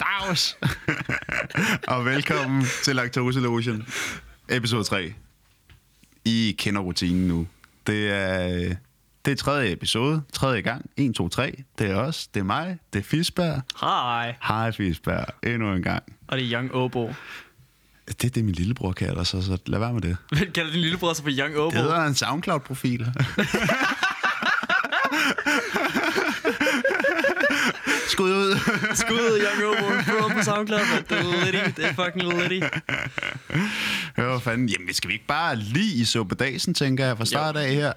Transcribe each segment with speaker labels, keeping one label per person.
Speaker 1: Dags! og velkommen til Lactose Lotion, episode 3. I kender rutinen nu. Det er, øh, det er tredje episode, tredje gang, 1, 2, 3. Det er os, det er mig, det er Fisberg.
Speaker 2: Hej.
Speaker 1: Hej Fisberg, endnu en gang.
Speaker 2: Og det er Young Obo.
Speaker 1: Det er det, min lillebror kalder sig, så lad være med det.
Speaker 2: Hvem kalder din lillebror sig for Young Obo?
Speaker 1: Det hedder en SoundCloud-profil. Skud ud.
Speaker 2: Skud, Young Obo. Bro på SoundCloud. mand. Det er litty. Det er fucking litty.
Speaker 1: Hør fanden. Jamen, skal vi ikke bare lige i suppedasen, tænker jeg, fra start af her.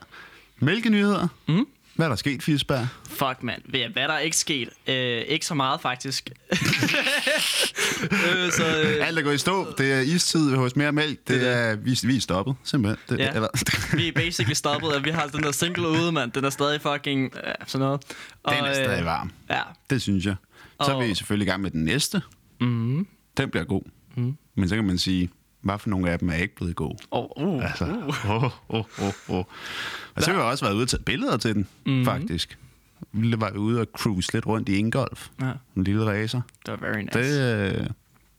Speaker 1: Mælkenyheder. Mm. Hvad er der sket, Fisberg?
Speaker 2: Fuck, mand. Ved jeg, hvad der er ikke sket? Øh, ikke så meget, faktisk. øh, så, øh,
Speaker 1: Alt er gået i stå. Det er istid hos mere mælk. Det er, vi, vi er stoppet, simpelthen. Det,
Speaker 2: Ja. vi er basically stoppet, og vi har den der single ude, mand. Den er stadig fucking... Øh, sådan noget. Og, øh,
Speaker 1: den er stadig varm.
Speaker 2: Ja.
Speaker 1: Det synes jeg. Så er vi
Speaker 2: Og-
Speaker 1: selvfølgelig i gang med den næste.
Speaker 2: Mm.
Speaker 1: Den bliver god. Mm. Men så kan man sige, hvad for nogle af dem er ikke blevet gode?
Speaker 2: Og, uh,
Speaker 1: Altså, åh, åh, åh, åh. Og så har vi også været ude og tage billeder til den,
Speaker 2: Mm-hmm.
Speaker 1: mm. faktisk. Vi var ude og cruise lidt rundt i Ingolf.
Speaker 2: Ja.
Speaker 1: En lille racer.
Speaker 2: det var very nice.
Speaker 1: Det, øh,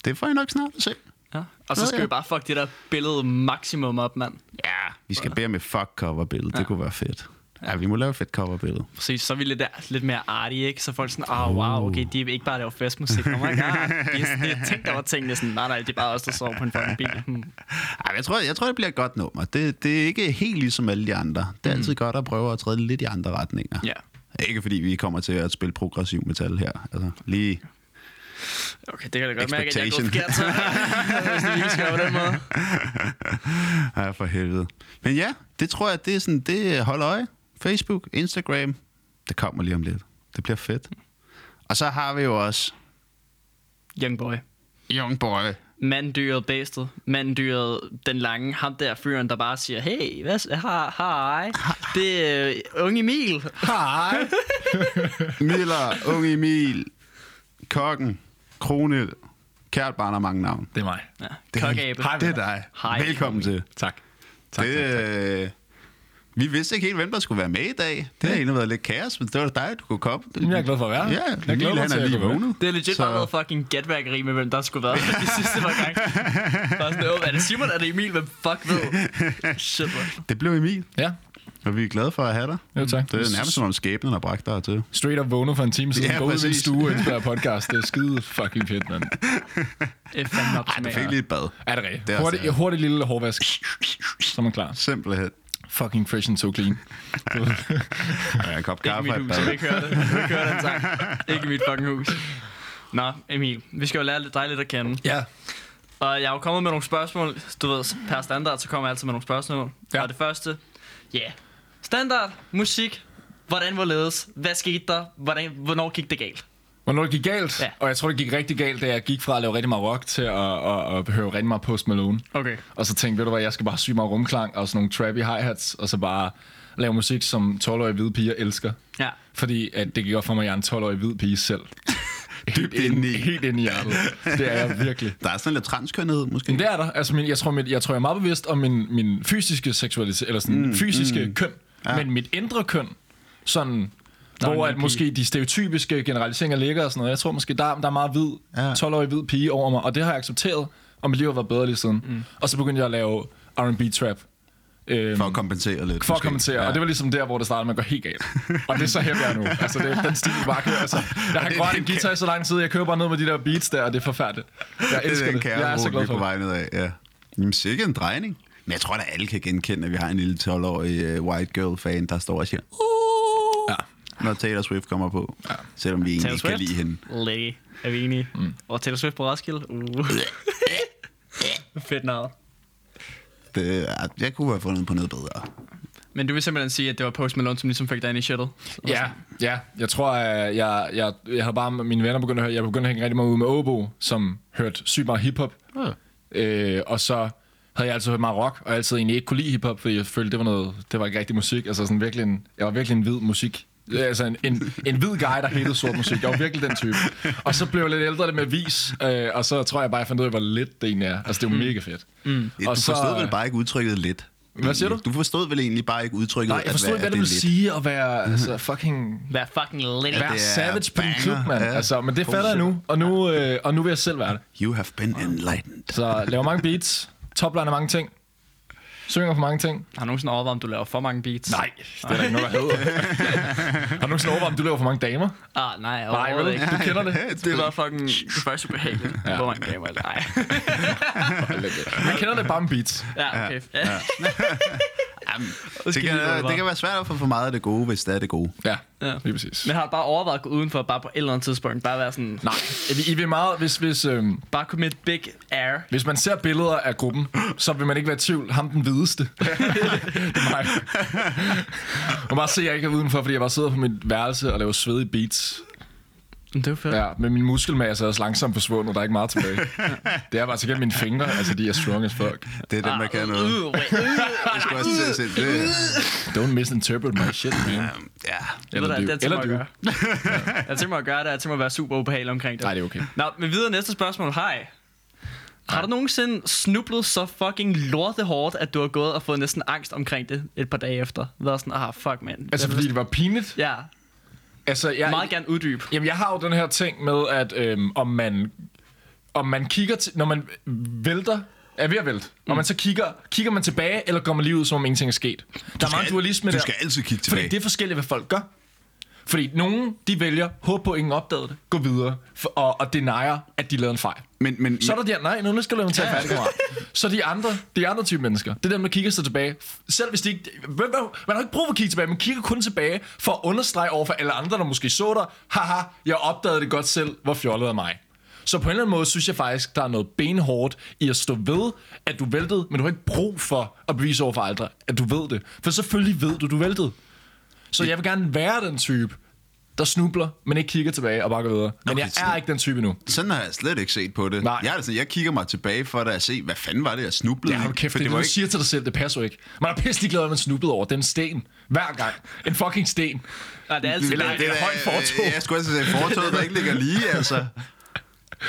Speaker 1: det får I nok snart at se.
Speaker 2: Ja. Og så
Speaker 1: Nå,
Speaker 2: skal
Speaker 1: ja.
Speaker 2: vi bare fuck det der billede maksimum op, mand.
Speaker 1: Ja, vi skal bære med fuck cover billede. Ja. Det kunne være fedt. Ja, vi må lave et fedt cover billede.
Speaker 2: Præcis, så er vi lidt, der, lidt mere arty, ikke? Så er folk sådan, ah, oh, wow, okay, de er ikke bare laver festmusik. Oh my god, de er sådan, jeg tænkte over tingene sådan, nej, nej, det er bare os, der sover på en fucking bil. Hmm.
Speaker 1: Ej, jeg, tror, jeg tror, det bliver et godt nummer. Det, det er ikke helt ligesom alle de andre. Det er altid godt at prøve at træde lidt i andre retninger.
Speaker 2: Ja.
Speaker 1: Ikke fordi vi kommer til at spille progressiv metal her. Altså, lige
Speaker 2: Okay, det kan da godt mærke, at jeg er
Speaker 1: Expectation.
Speaker 2: gået forkert, så. Hvis det lige skal være på den måde.
Speaker 1: Ja, for helvede. Men ja, det tror jeg, det er sådan, det er- hold øje. Facebook, Instagram, det kommer lige om lidt. Det bliver fedt. Og så har vi jo også
Speaker 2: Young boy.
Speaker 1: Young Boy.
Speaker 2: Manddyret bæstet. Manddyret den lange. Ham der fyren, der bare siger, hey, hvad, s- ha, hej. Det er øh, unge Emil.
Speaker 1: Hej. Miller, Unge Emil, Kokken, Kronil, Kært barn har mange navn.
Speaker 3: Det er mig.
Speaker 2: Ja,
Speaker 1: Det er-
Speaker 2: Kokabe.
Speaker 3: Hej,
Speaker 1: Det er dig.
Speaker 2: Hej,
Speaker 1: Velkommen til.
Speaker 3: Tak. Tak,
Speaker 1: Det,
Speaker 3: tak, tak.
Speaker 1: øh, vi vidste ikke helt, hvem der skulle være med i dag. Det har egentlig været lidt kaos, men det var dig, du kunne komme.
Speaker 3: Jamen, jeg er glad for at være her.
Speaker 1: Ja,
Speaker 3: Jeg
Speaker 1: jeg
Speaker 3: glæder
Speaker 1: Emil,
Speaker 3: mig
Speaker 1: han
Speaker 3: til
Speaker 1: er
Speaker 3: at
Speaker 1: lige
Speaker 3: gå med.
Speaker 1: vågnet.
Speaker 2: Det er legit så... bare noget fucking gatværkeri med, hvem der skulle være med de sidste par gange. Bare sådan, "Åh, er det Simon, er det Emil, hvem fuck ved? Shit, man.
Speaker 1: Det blev Emil,
Speaker 3: Ja,
Speaker 1: og vi er glade for at have dig.
Speaker 3: jo tak.
Speaker 1: Det er nærmest som om skæbnen har bragt dig til.
Speaker 3: Straight up vågnet for en time siden.
Speaker 1: Ja,
Speaker 3: Ja, Gå ud i min
Speaker 1: præcis.
Speaker 3: stue og indspiller podcast. Det er skide fucking fedt, mand.
Speaker 2: Det er fandme optimalt.
Speaker 1: Fik lige et bad.
Speaker 3: Er det rigtigt?
Speaker 1: Det er også
Speaker 3: Hurtig,
Speaker 1: det.
Speaker 3: hurtig lille hårvask. Så er man klar.
Speaker 1: Simpelthen.
Speaker 3: Fucking fresh and so clean.
Speaker 1: Ja, en kop
Speaker 2: Ikke i
Speaker 1: kaffe og
Speaker 2: mit
Speaker 1: et
Speaker 2: hus, jeg vil
Speaker 1: bad.
Speaker 2: ikke høre det. Jeg vil ikke høre den sang. Ikke i mit fucking hus. Nå, Emil, vi skal jo lære lidt- dig lidt at kende.
Speaker 3: ja.
Speaker 2: Og jeg er jo kommet med nogle spørgsmål. Du ved, per standard, så kommer jeg altid med nogle spørgsmål.
Speaker 3: Ja.
Speaker 2: Og det første, ja. Yeah. Standard, musik, hvordan hvorledes, hvad skete der, hvordan, hvornår gik det galt?
Speaker 3: Hvornår det gik galt,
Speaker 2: Ja.
Speaker 3: ja. og jeg tror, det gik rigtig galt, da jeg gik fra at lave rigtig meget rock til at, at, at høre rigtig meget Post Malone.
Speaker 2: Okay.
Speaker 3: Og så tænkte, ved du hvad, jeg skal bare syge mig rumklang og sådan nogle trappy hi-hats, og så bare lave musik, som 12-årige hvide piger elsker.
Speaker 2: Ja.
Speaker 3: Fordi at det gik op for mig, at jeg er en 12-årig hvid pige selv.
Speaker 1: Dybt inde i.
Speaker 3: Helt ind i hjertet. Det er jeg virkelig.
Speaker 1: Der er sådan lidt transkønnethed, måske.
Speaker 3: Men det er der. Altså, min, jeg, tror, mit, jeg tror, jeg er meget bevidst om min, min fysiske seksualitet, eller sådan mm, fysiske mm. køn. Ja. Men mit indre køn, sådan,
Speaker 2: er en
Speaker 3: hvor
Speaker 2: lille
Speaker 3: at måske de stereotypiske generaliseringer ligger og sådan noget. Jeg tror måske, der, er- der er meget hvid,
Speaker 1: Ja.
Speaker 3: ja. 12-årig hvid pige over mig, og det har jeg accepteret, og mit liv har været bedre lige siden. Mm. Og så begyndte jeg at lave R&B trap. Øhm,
Speaker 1: For at kompensere lidt.
Speaker 3: for at
Speaker 1: måske.
Speaker 3: kommentere, ja. og det var ligesom der, hvor det startede med at gå helt galt. Og det er så her, jeg er nu. Altså, det er den stil, du bare kører. Altså, jeg har
Speaker 1: det er
Speaker 3: grønt
Speaker 1: den
Speaker 3: en guitar i så lang tid, jeg kører bare ned med de der beats der, og det er forfærdeligt. Jeg
Speaker 1: det
Speaker 3: elsker
Speaker 1: er den
Speaker 3: det.
Speaker 1: kære
Speaker 3: Jeg er så glad for
Speaker 1: på
Speaker 3: det.
Speaker 1: vej nedad, ja. Jamen, sikkert en drejning. Men jeg tror, at alle kan genkende, at vi har en lille 12-årig uh, white girl-fan, der står og siger, "Uh",
Speaker 3: Ja.
Speaker 1: når Taylor Swift kommer på. Ja. Selvom vi egentlig ikke kan lide hende.
Speaker 2: Læge. Er vi enige? Mm. Og Taylor Swift på Roskilde? Uh. Fedt navn.
Speaker 1: Det, er- jeg kunne have fundet på noget bedre.
Speaker 2: Men du vil simpelthen sige, at det var Post Malone, som ligesom fik dig ind i shitet?
Speaker 3: Ja, ja. Jeg tror, at jeg, jeg, jeg har bare mine venner begyndt at høre, jeg begyndte at hænge rigtig meget ud med Obo, som hørte sygt meget hiphop.
Speaker 1: Ja.
Speaker 3: Øh, og så havde jeg altid hørt meget rock, og jeg altid egentlig ikke kunne lide hiphop, fordi jeg følte, det var noget, det var ikke rigtig musik. Altså sådan virkelig en, jeg var virkelig en hvid musik. Altså en, en, en hvid guy, der hættede sort musik. Jeg var virkelig den type. Og så blev jeg lidt ældre det med vis, øh, og så tror jeg bare, jeg fandt ud af, hvor lidt det egentlig er. Altså det er jo mega fedt. Mm.
Speaker 1: Du forstod vel bare ikke udtrykket lidt.
Speaker 3: Hvad siger du?
Speaker 1: Du forstod vel egentlig bare ikke udtrykket,
Speaker 3: Nej, jeg forstod
Speaker 1: at,
Speaker 3: ikke, hvad
Speaker 1: at
Speaker 3: du
Speaker 1: det
Speaker 3: ville sige at være altså, fucking...
Speaker 2: Vær fucking lidt.
Speaker 3: Være
Speaker 1: det er
Speaker 3: savage på din
Speaker 1: banger,
Speaker 3: klub, mand.
Speaker 1: ja.
Speaker 3: Altså, men det fatter jeg nu, og nu, øh, og nu vil jeg selv være det.
Speaker 1: You have been enlightened.
Speaker 3: Så laver mange beats, topliner mange ting, synger for mange ting.
Speaker 2: Har du nogensinde overvejet, om du laver for mange beats?
Speaker 3: det er da ikke noget, jeg hedder. Har du nogensinde overvejet, om du laver for mange damer?
Speaker 2: Ah, nej,
Speaker 3: Nej,
Speaker 2: overhovedet
Speaker 3: vel?
Speaker 2: ikke.
Speaker 3: Du kender det.
Speaker 2: Det var fucking det første ubehageligt. Ja. Hvor mange damer eller ej.
Speaker 3: Man kender det bare med beats.
Speaker 2: Ja, okay. Ja. Ja.
Speaker 1: Jamen,
Speaker 2: skal
Speaker 1: det, kan,
Speaker 2: vi lade det
Speaker 1: det kan
Speaker 2: være.
Speaker 1: være svært at få for meget af det gode, hvis det er det gode.
Speaker 3: Ja,
Speaker 2: Ja.
Speaker 3: lige præcis.
Speaker 2: Men har du bare overvejet at gå udenfor, bare på et eller andet tidspunkt? Bare være sådan,
Speaker 3: Nej, I- I vil meget, hvis, hvis, øhm,
Speaker 2: bare commit big air.
Speaker 3: Hvis man ser billeder af gruppen, så vil man ikke være i tvivl. Ham den hvideste. det er mig. Og bare se, at jeg ikke er udenfor, fordi jeg bare sidder på mit værelse og laver svedige beats.
Speaker 2: Men det er jo fedt. Ja.
Speaker 3: Ja, men min muskelmasse er også langsomt forsvundet, og der er ikke meget tilbage. Det er bare til gennem mine fingre, altså de er strong as fuck.
Speaker 1: Det er dem,
Speaker 3: Ah,
Speaker 1: der kan noget.
Speaker 2: Uh, wait, uh.
Speaker 1: Jeg skulle også til at sige, det.
Speaker 3: Don't misinterpret my shit, man.
Speaker 1: Ja,
Speaker 2: Eller,
Speaker 3: Eller
Speaker 2: eller,
Speaker 3: dyv.
Speaker 2: det, det eller
Speaker 3: Eller
Speaker 2: mig
Speaker 3: dyv.
Speaker 2: at gøre. Jeg tænker mig at gøre det, og jeg tænker mig at være super ubehagelig omkring det.
Speaker 3: Nej, det er okay.
Speaker 2: Nå, men videre næste spørgsmål. Hej. Har du nogensinde snublet så fucking lortehårdt, at du har gået og fået næsten angst omkring det et par dage efter? Været sådan, ah, fuck, man.
Speaker 3: Altså, fordi det var pinligt.
Speaker 2: Ja,
Speaker 3: Altså, jeg,
Speaker 2: meget gerne uddyb.
Speaker 3: Jamen, jeg har jo den her ting med, at øhm, om man om man kigger til, når man vælter, er ved at vælte, mm. og man så kigger, kigger man tilbage, eller går man lige ud, som om ingenting er sket. der er meget
Speaker 1: skal-
Speaker 3: dualisme
Speaker 1: du
Speaker 3: der.
Speaker 1: skal altid kigge
Speaker 3: Fordi
Speaker 1: tilbage.
Speaker 3: det er forskelligt, hvad folk gør. Fordi nogen, de vælger, håber på, at ingen opdagede det, gå videre, for, og, og denier, at de lavede en fejl.
Speaker 1: men, men
Speaker 3: Så er der de her, nej, nu skal du lade mig tage færdig, kammerat. Så de andre, de andre type mennesker, det er dem, der kigger sig tilbage. Selv hvis de ikke... Man har ikke brug for at kigge tilbage, man kigger kun tilbage for at understrege over for alle andre, der måske så dig. Haha, jeg opdagede det godt selv, hvor fjollet af mig. Så på en eller anden måde synes jeg faktisk, der er noget benhårdt i at stå ved, at du væltede, men du har ikke brug for at bevise over for andre, at du ved det. For selvfølgelig ved du, du væltede. Så jeg vil gerne være den type, der snubler, men ikke kigger tilbage og bare går videre. Men
Speaker 1: Okay,
Speaker 3: jeg
Speaker 1: så-
Speaker 3: er ikke den type nu.
Speaker 1: sådan har jeg slet ikke set på det.
Speaker 3: Nej.
Speaker 1: Jeg, er sådan, jeg kigger mig tilbage for at da se, hvad fanden var det, jeg snublede
Speaker 3: Ja,
Speaker 1: i?
Speaker 3: hold kæft,
Speaker 1: For
Speaker 3: det, det
Speaker 1: var
Speaker 3: du
Speaker 1: ikke...
Speaker 3: siger til dig selv, det passer jo ikke. Man er pisselig glad, at man snublede over den sten. Hver gang. En fucking sten.
Speaker 2: Nej, det er altid
Speaker 3: Eller-
Speaker 2: det.
Speaker 3: det er højt fortov.
Speaker 1: Jeg skulle også sige, fortoget, der ikke ligger lige, altså.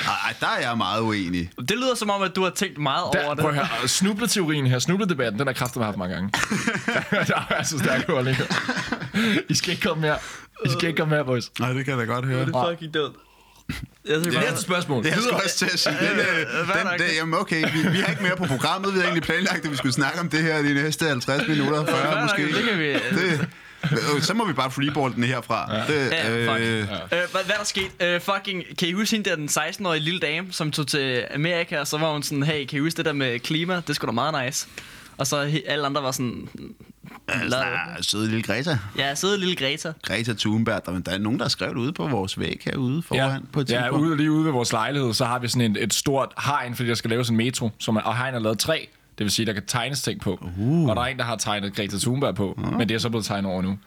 Speaker 1: Ej, der er jeg meget uenig.
Speaker 2: Det lyder som om, at du har tænkt meget over
Speaker 3: Der,
Speaker 2: det.
Speaker 3: prøv at høre, snubleteorien her, snubledebatten, den har kraftet mig haft mange gange. der er altså stærke holdninger. I skal ikke komme mere. I skal ikke komme mere, boys.
Speaker 1: Nej, det kan jeg da godt høre.
Speaker 2: Det er fucking død. Jeg tænker bare,
Speaker 3: Næste spørgsmål.
Speaker 1: Jeg skulle
Speaker 3: Videre.
Speaker 1: også til at sige, den, øh,
Speaker 2: fair
Speaker 1: den,
Speaker 2: nok.
Speaker 1: den, jamen okay, vi, vi har ikke mere på programmet. Vi havde egentlig planlagt, at vi skulle snakke om det her de næste 50 minutter, 40
Speaker 2: nok,
Speaker 1: måske.
Speaker 2: det kan vi-
Speaker 1: Det, øh, så må vi bare freeball den herfra. Ja. Det,
Speaker 2: Ja, fuck. Øh, hvad, hvad er der sket? Øh, fucking, kan I huske hende der, den 16-årige lille dame, som tog til Amerika, og så var hun sådan, hey, kan I huske det der med klima? Det skulle da meget nice. Og så he- alle andre var sådan...
Speaker 1: altså, nej, søde lille Greta.
Speaker 2: Ja, søde lille Greta.
Speaker 1: Greta Thunberg, der, der er nogen, der har skrevet det ude på vores væg herude foran
Speaker 3: Ja,
Speaker 1: på et
Speaker 3: ja
Speaker 1: tidspunkt.
Speaker 3: ude, lige ude ved vores lejlighed, så har vi sådan et, et stort hegn, fordi der skal laves en metro, som er, og hegn er lavet tre. Det vil sige, der kan tegnes ting på. Uh. Og der er en, der har tegnet Greta Thunberg på,
Speaker 1: Ah.
Speaker 3: uh. men det er så blevet tegnet over nu.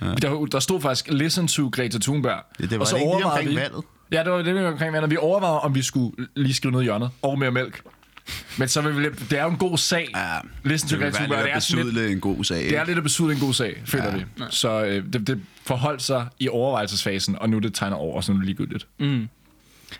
Speaker 3: Uh. Der, der stod faktisk, listen to Greta Thunberg.
Speaker 1: Ja, det var
Speaker 3: og så
Speaker 1: det ikke lige
Speaker 3: overvejede
Speaker 1: omkring
Speaker 3: vi,
Speaker 1: valget.
Speaker 3: Ja, det var det, vi var omkring valget. Vi overvejede, om vi skulle lige skrive noget i hjørnet, og mere mælk. Men så vil vi, lidt- det er jo en god sag,
Speaker 1: Ja,
Speaker 3: listen to
Speaker 1: det vil
Speaker 3: Greta
Speaker 1: være
Speaker 3: Thunberg. og
Speaker 1: lidt
Speaker 3: Det
Speaker 1: at
Speaker 3: er sådan lidt,
Speaker 1: besudle en god sag.
Speaker 3: det er
Speaker 1: ikke?
Speaker 3: lidt at besudle en god sag, føler ja. vi. Så øh, det, det forholdt sig i overvejelsesfasen, og nu er det tegner over, så nu er det ligegyldigt.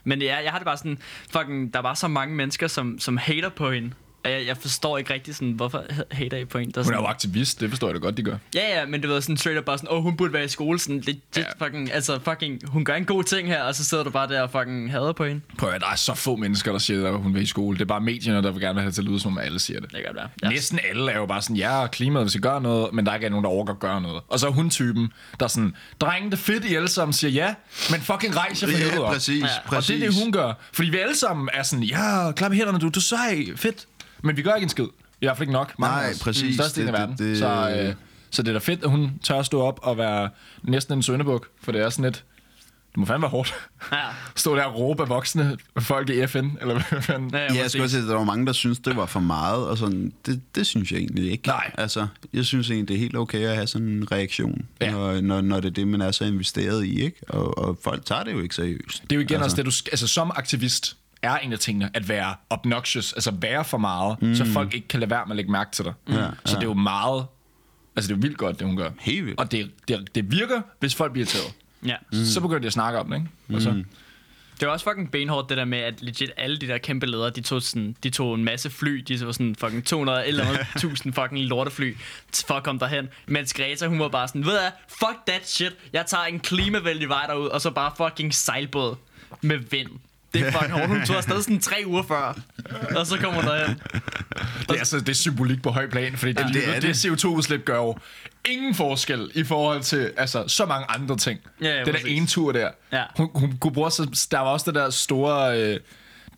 Speaker 2: Men ja, jeg har det bare sådan, fucking, der var så mange mennesker, som, som hater på hende. Og jeg, jeg forstår ikke rigtig sådan, hvorfor h- hater I på hende? Der er
Speaker 3: Hun er
Speaker 2: sådan,
Speaker 3: jo aktivist, det forstår jeg da godt, de gør.
Speaker 2: ja, ja, men det var sådan straight up bare sådan, åh, oh, hun burde være i skole, sådan legit
Speaker 3: Ja.
Speaker 2: ja. fucking, altså fucking, hun gør en god ting her, og så sidder du bare der og fucking hader på hende.
Speaker 3: Prøv at høre, der er så få mennesker, der siger, at hun vil i skole. Det er bare medierne, der vil gerne have det til at lyde, som om alle siger det.
Speaker 2: Det kan godt være.
Speaker 3: Ja. Næsten alle er jo bare sådan, ja, klimaet, vi skal gøre noget, men der er ikke nogen, der overgår at gøre noget. Og så er hun typen, der er sådan, drenge, det er fedt, I alle sammen siger ja, men fucking rejs jer for helvede
Speaker 1: Ja,
Speaker 3: op.
Speaker 1: præcis,
Speaker 2: Ja, og
Speaker 1: præcis.
Speaker 3: Og det er det, hun gør. Fordi vi alle sammen er sådan, ja, klap i hænderne, du, du er sej, fedt. Men vi gør ikke en skid. I hvert fald ikke nok. Mange
Speaker 1: Nej,
Speaker 3: af os.
Speaker 1: præcis.
Speaker 3: Den største del af
Speaker 1: Det-
Speaker 3: verden.
Speaker 1: det- det-
Speaker 3: Så, øh, så det er da fedt, at hun tør at stå op og være næsten en søndebuk, for det er sådan lidt, det må fandme være hårdt.
Speaker 2: Ja.
Speaker 3: Stå der og råbe af voksne folk i FN, eller hvad fanden.
Speaker 2: Ja,
Speaker 1: Ja, jeg skulle også sige, at der var mange, der synes det var for meget, og sådan, det, det synes jeg egentlig ikke.
Speaker 3: Nej.
Speaker 1: Altså, jeg synes egentlig, det er helt okay at have sådan en reaktion,
Speaker 3: Ja.
Speaker 1: ja. når, når, når det er det, man er så investeret i, ikke? Og, og folk tager det jo ikke seriøst.
Speaker 3: Det er jo igen altså.
Speaker 1: altså,
Speaker 3: også det, du sk- altså, som aktivist er en af tingene at være obnoxious, altså være for meget, mm. så folk ikke kan lade være med at lægge mærke til dig. Mm. Ja, så det er jo meget, altså det er jo vildt godt, det hun gør.
Speaker 1: Helt vildt.
Speaker 3: Og det, det, det virker, hvis folk bliver irriteret.
Speaker 2: Ja.
Speaker 3: Mm. Så begynder de at snakke om det, ikke? Og så,
Speaker 2: Det var også fucking benhårdt, det der med, at legit alle de der kæmpe ledere, de tog, sådan, de tog en masse fly. De var sådan fucking 200 eller andet 1000 fucking lortefly t- for at komme derhen. Mens Greta, hun var bare sådan, ved du hvad, fuck that shit. Jeg tager en klimavenlig vej derud, og så bare fucking sejlbåd med vind. Det er fucking hårdt. Hun tog afsted sådan tre uger før, og så kommer hun derhen.
Speaker 3: Det er, altså, det er symbolik på høj plan, fordi det,
Speaker 1: Ja,
Speaker 3: ja,
Speaker 1: det er
Speaker 3: det, det. det CO2-udslip gør jo ingen forskel i forhold til altså, så mange andre ting.
Speaker 2: Ja, ja,
Speaker 3: det der
Speaker 2: præcis.
Speaker 3: ene tur der.
Speaker 2: Ja.
Speaker 3: Hun, hun kunne bruge så, der var også det der store, øh,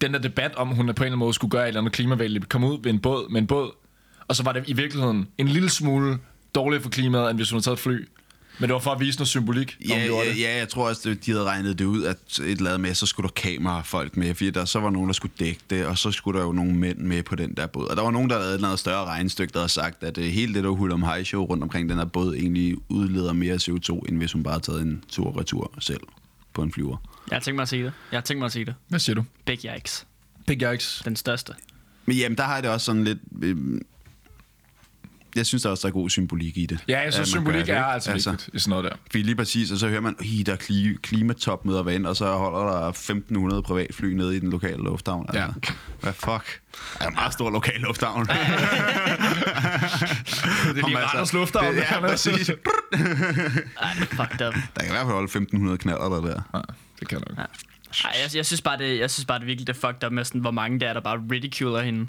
Speaker 3: den der debat om, hun på en eller anden måde skulle gøre et eller andet klimavenligt, komme ud med en båd, med en båd, og så var det i virkeligheden en lille smule dårligere for klimaet, end hvis hun havde taget et fly. Men det var for at vise noget symbolik, når hun
Speaker 1: Ja,
Speaker 3: gjorde
Speaker 1: ja,
Speaker 3: det.
Speaker 1: ja, jeg tror også, det- de havde regnet det ud, at et eller andet med, så skulle der kamerafolk med, fordi der så var nogen, der skulle dække det, og så skulle der jo nogle mænd med på den der båd. Og der var nogen, der havde lavet et større regnestykke, der havde sagt, at uh, hele det der hul om high show rundt omkring den her båd egentlig udleder mere CO2, end hvis hun bare havde taget en tur retur selv på en flyver.
Speaker 2: Jeg har tænkt mig at sige det. Jeg har tænkt mig at sige det.
Speaker 3: Hvad siger du?
Speaker 2: Big yikes.
Speaker 3: Big yikes.
Speaker 2: Den største.
Speaker 1: Men jamen, der har jeg det også sådan lidt... Øh, jeg synes, der også der er god symbolik i det.
Speaker 3: Ja, jeg
Speaker 1: At
Speaker 3: synes,
Speaker 1: man gør
Speaker 3: symbolik
Speaker 1: det,
Speaker 3: er
Speaker 1: ikke?
Speaker 3: altså, altså vigtigt i sådan noget der.
Speaker 1: Fordi lige præcis, og så hører man, at der er kli- klimatopmøder hver ind, og så holder der 1.500 privatfly nede i den lokale lufthavn.
Speaker 3: Ja.
Speaker 1: Altså. Hvad fuck? Det er en meget stor lokal lufthavn. det
Speaker 3: lige Randers Lufthavn,
Speaker 1: Det, ja,
Speaker 3: der er noget.
Speaker 1: præcis.
Speaker 2: Ej, fuck up.
Speaker 1: Der kan i hvert fald holde 1.500 knaller der. der.
Speaker 3: Nej, det kan du ikke.
Speaker 2: Ej, jeg, jeg, synes bare, det, jeg synes bare, det virkelig det er fucked up med, sådan, hvor mange der er, der bare ridiculer hende.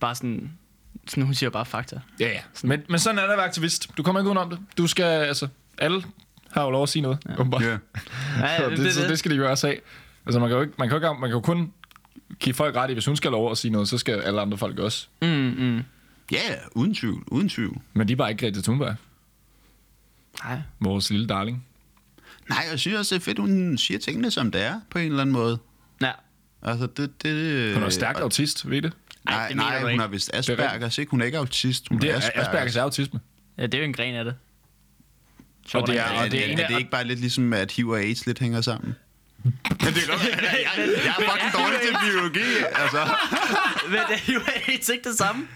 Speaker 2: Bare sådan, sådan hun siger bare fakta.
Speaker 3: Ja, ja. Men, men sådan er det at være aktivist. Du kommer ikke udenom det. Du skal, altså, alle har jo lov at sige noget, ja. åbenbart.
Speaker 1: Ja.
Speaker 2: Ja,
Speaker 3: Så det, det, det, det, skal de jo også have. Altså, man kan jo, ikke, man kan jo, ikke, man kan jo kun give folk ret i, hvis hun skal have lov at sige noget, så skal alle andre folk også.
Speaker 2: Mm, mm.
Speaker 1: Ja, yeah, uden tvivl, uden tvivl.
Speaker 3: Men de er bare ikke Greta Thunberg,
Speaker 2: Nej.
Speaker 3: vores lille darling.
Speaker 1: Nej, jeg synes også, det er fedt, hun siger tingene, som det er, på en eller anden måde.
Speaker 2: Nej.
Speaker 1: Altså, det... det
Speaker 3: Hun er jo stærk autist, ved I det?
Speaker 2: Ej,
Speaker 1: Nej,
Speaker 2: det mener
Speaker 1: nej
Speaker 2: du
Speaker 1: Øh, hun
Speaker 2: ikke.
Speaker 1: har vist
Speaker 3: rigtigt.
Speaker 1: Aspergers, ikke? Hun er ikke autist, hun
Speaker 3: Det er
Speaker 1: Aspergers.
Speaker 3: Aspergers autisme.
Speaker 2: Ja, det er jo en gren af det. Sjovt,
Speaker 3: det
Speaker 2: ikke?
Speaker 3: er-
Speaker 1: Ja,
Speaker 3: og
Speaker 1: det er,
Speaker 3: en
Speaker 1: er,
Speaker 3: af-
Speaker 1: det ikke bare lidt ligesom, at HIV og AIDS lidt hænger sammen? Men det er godt. Jeg, jeg, jeg er fucking dårlig til biologi. Altså,
Speaker 2: Men det er jo helt ikke det samme.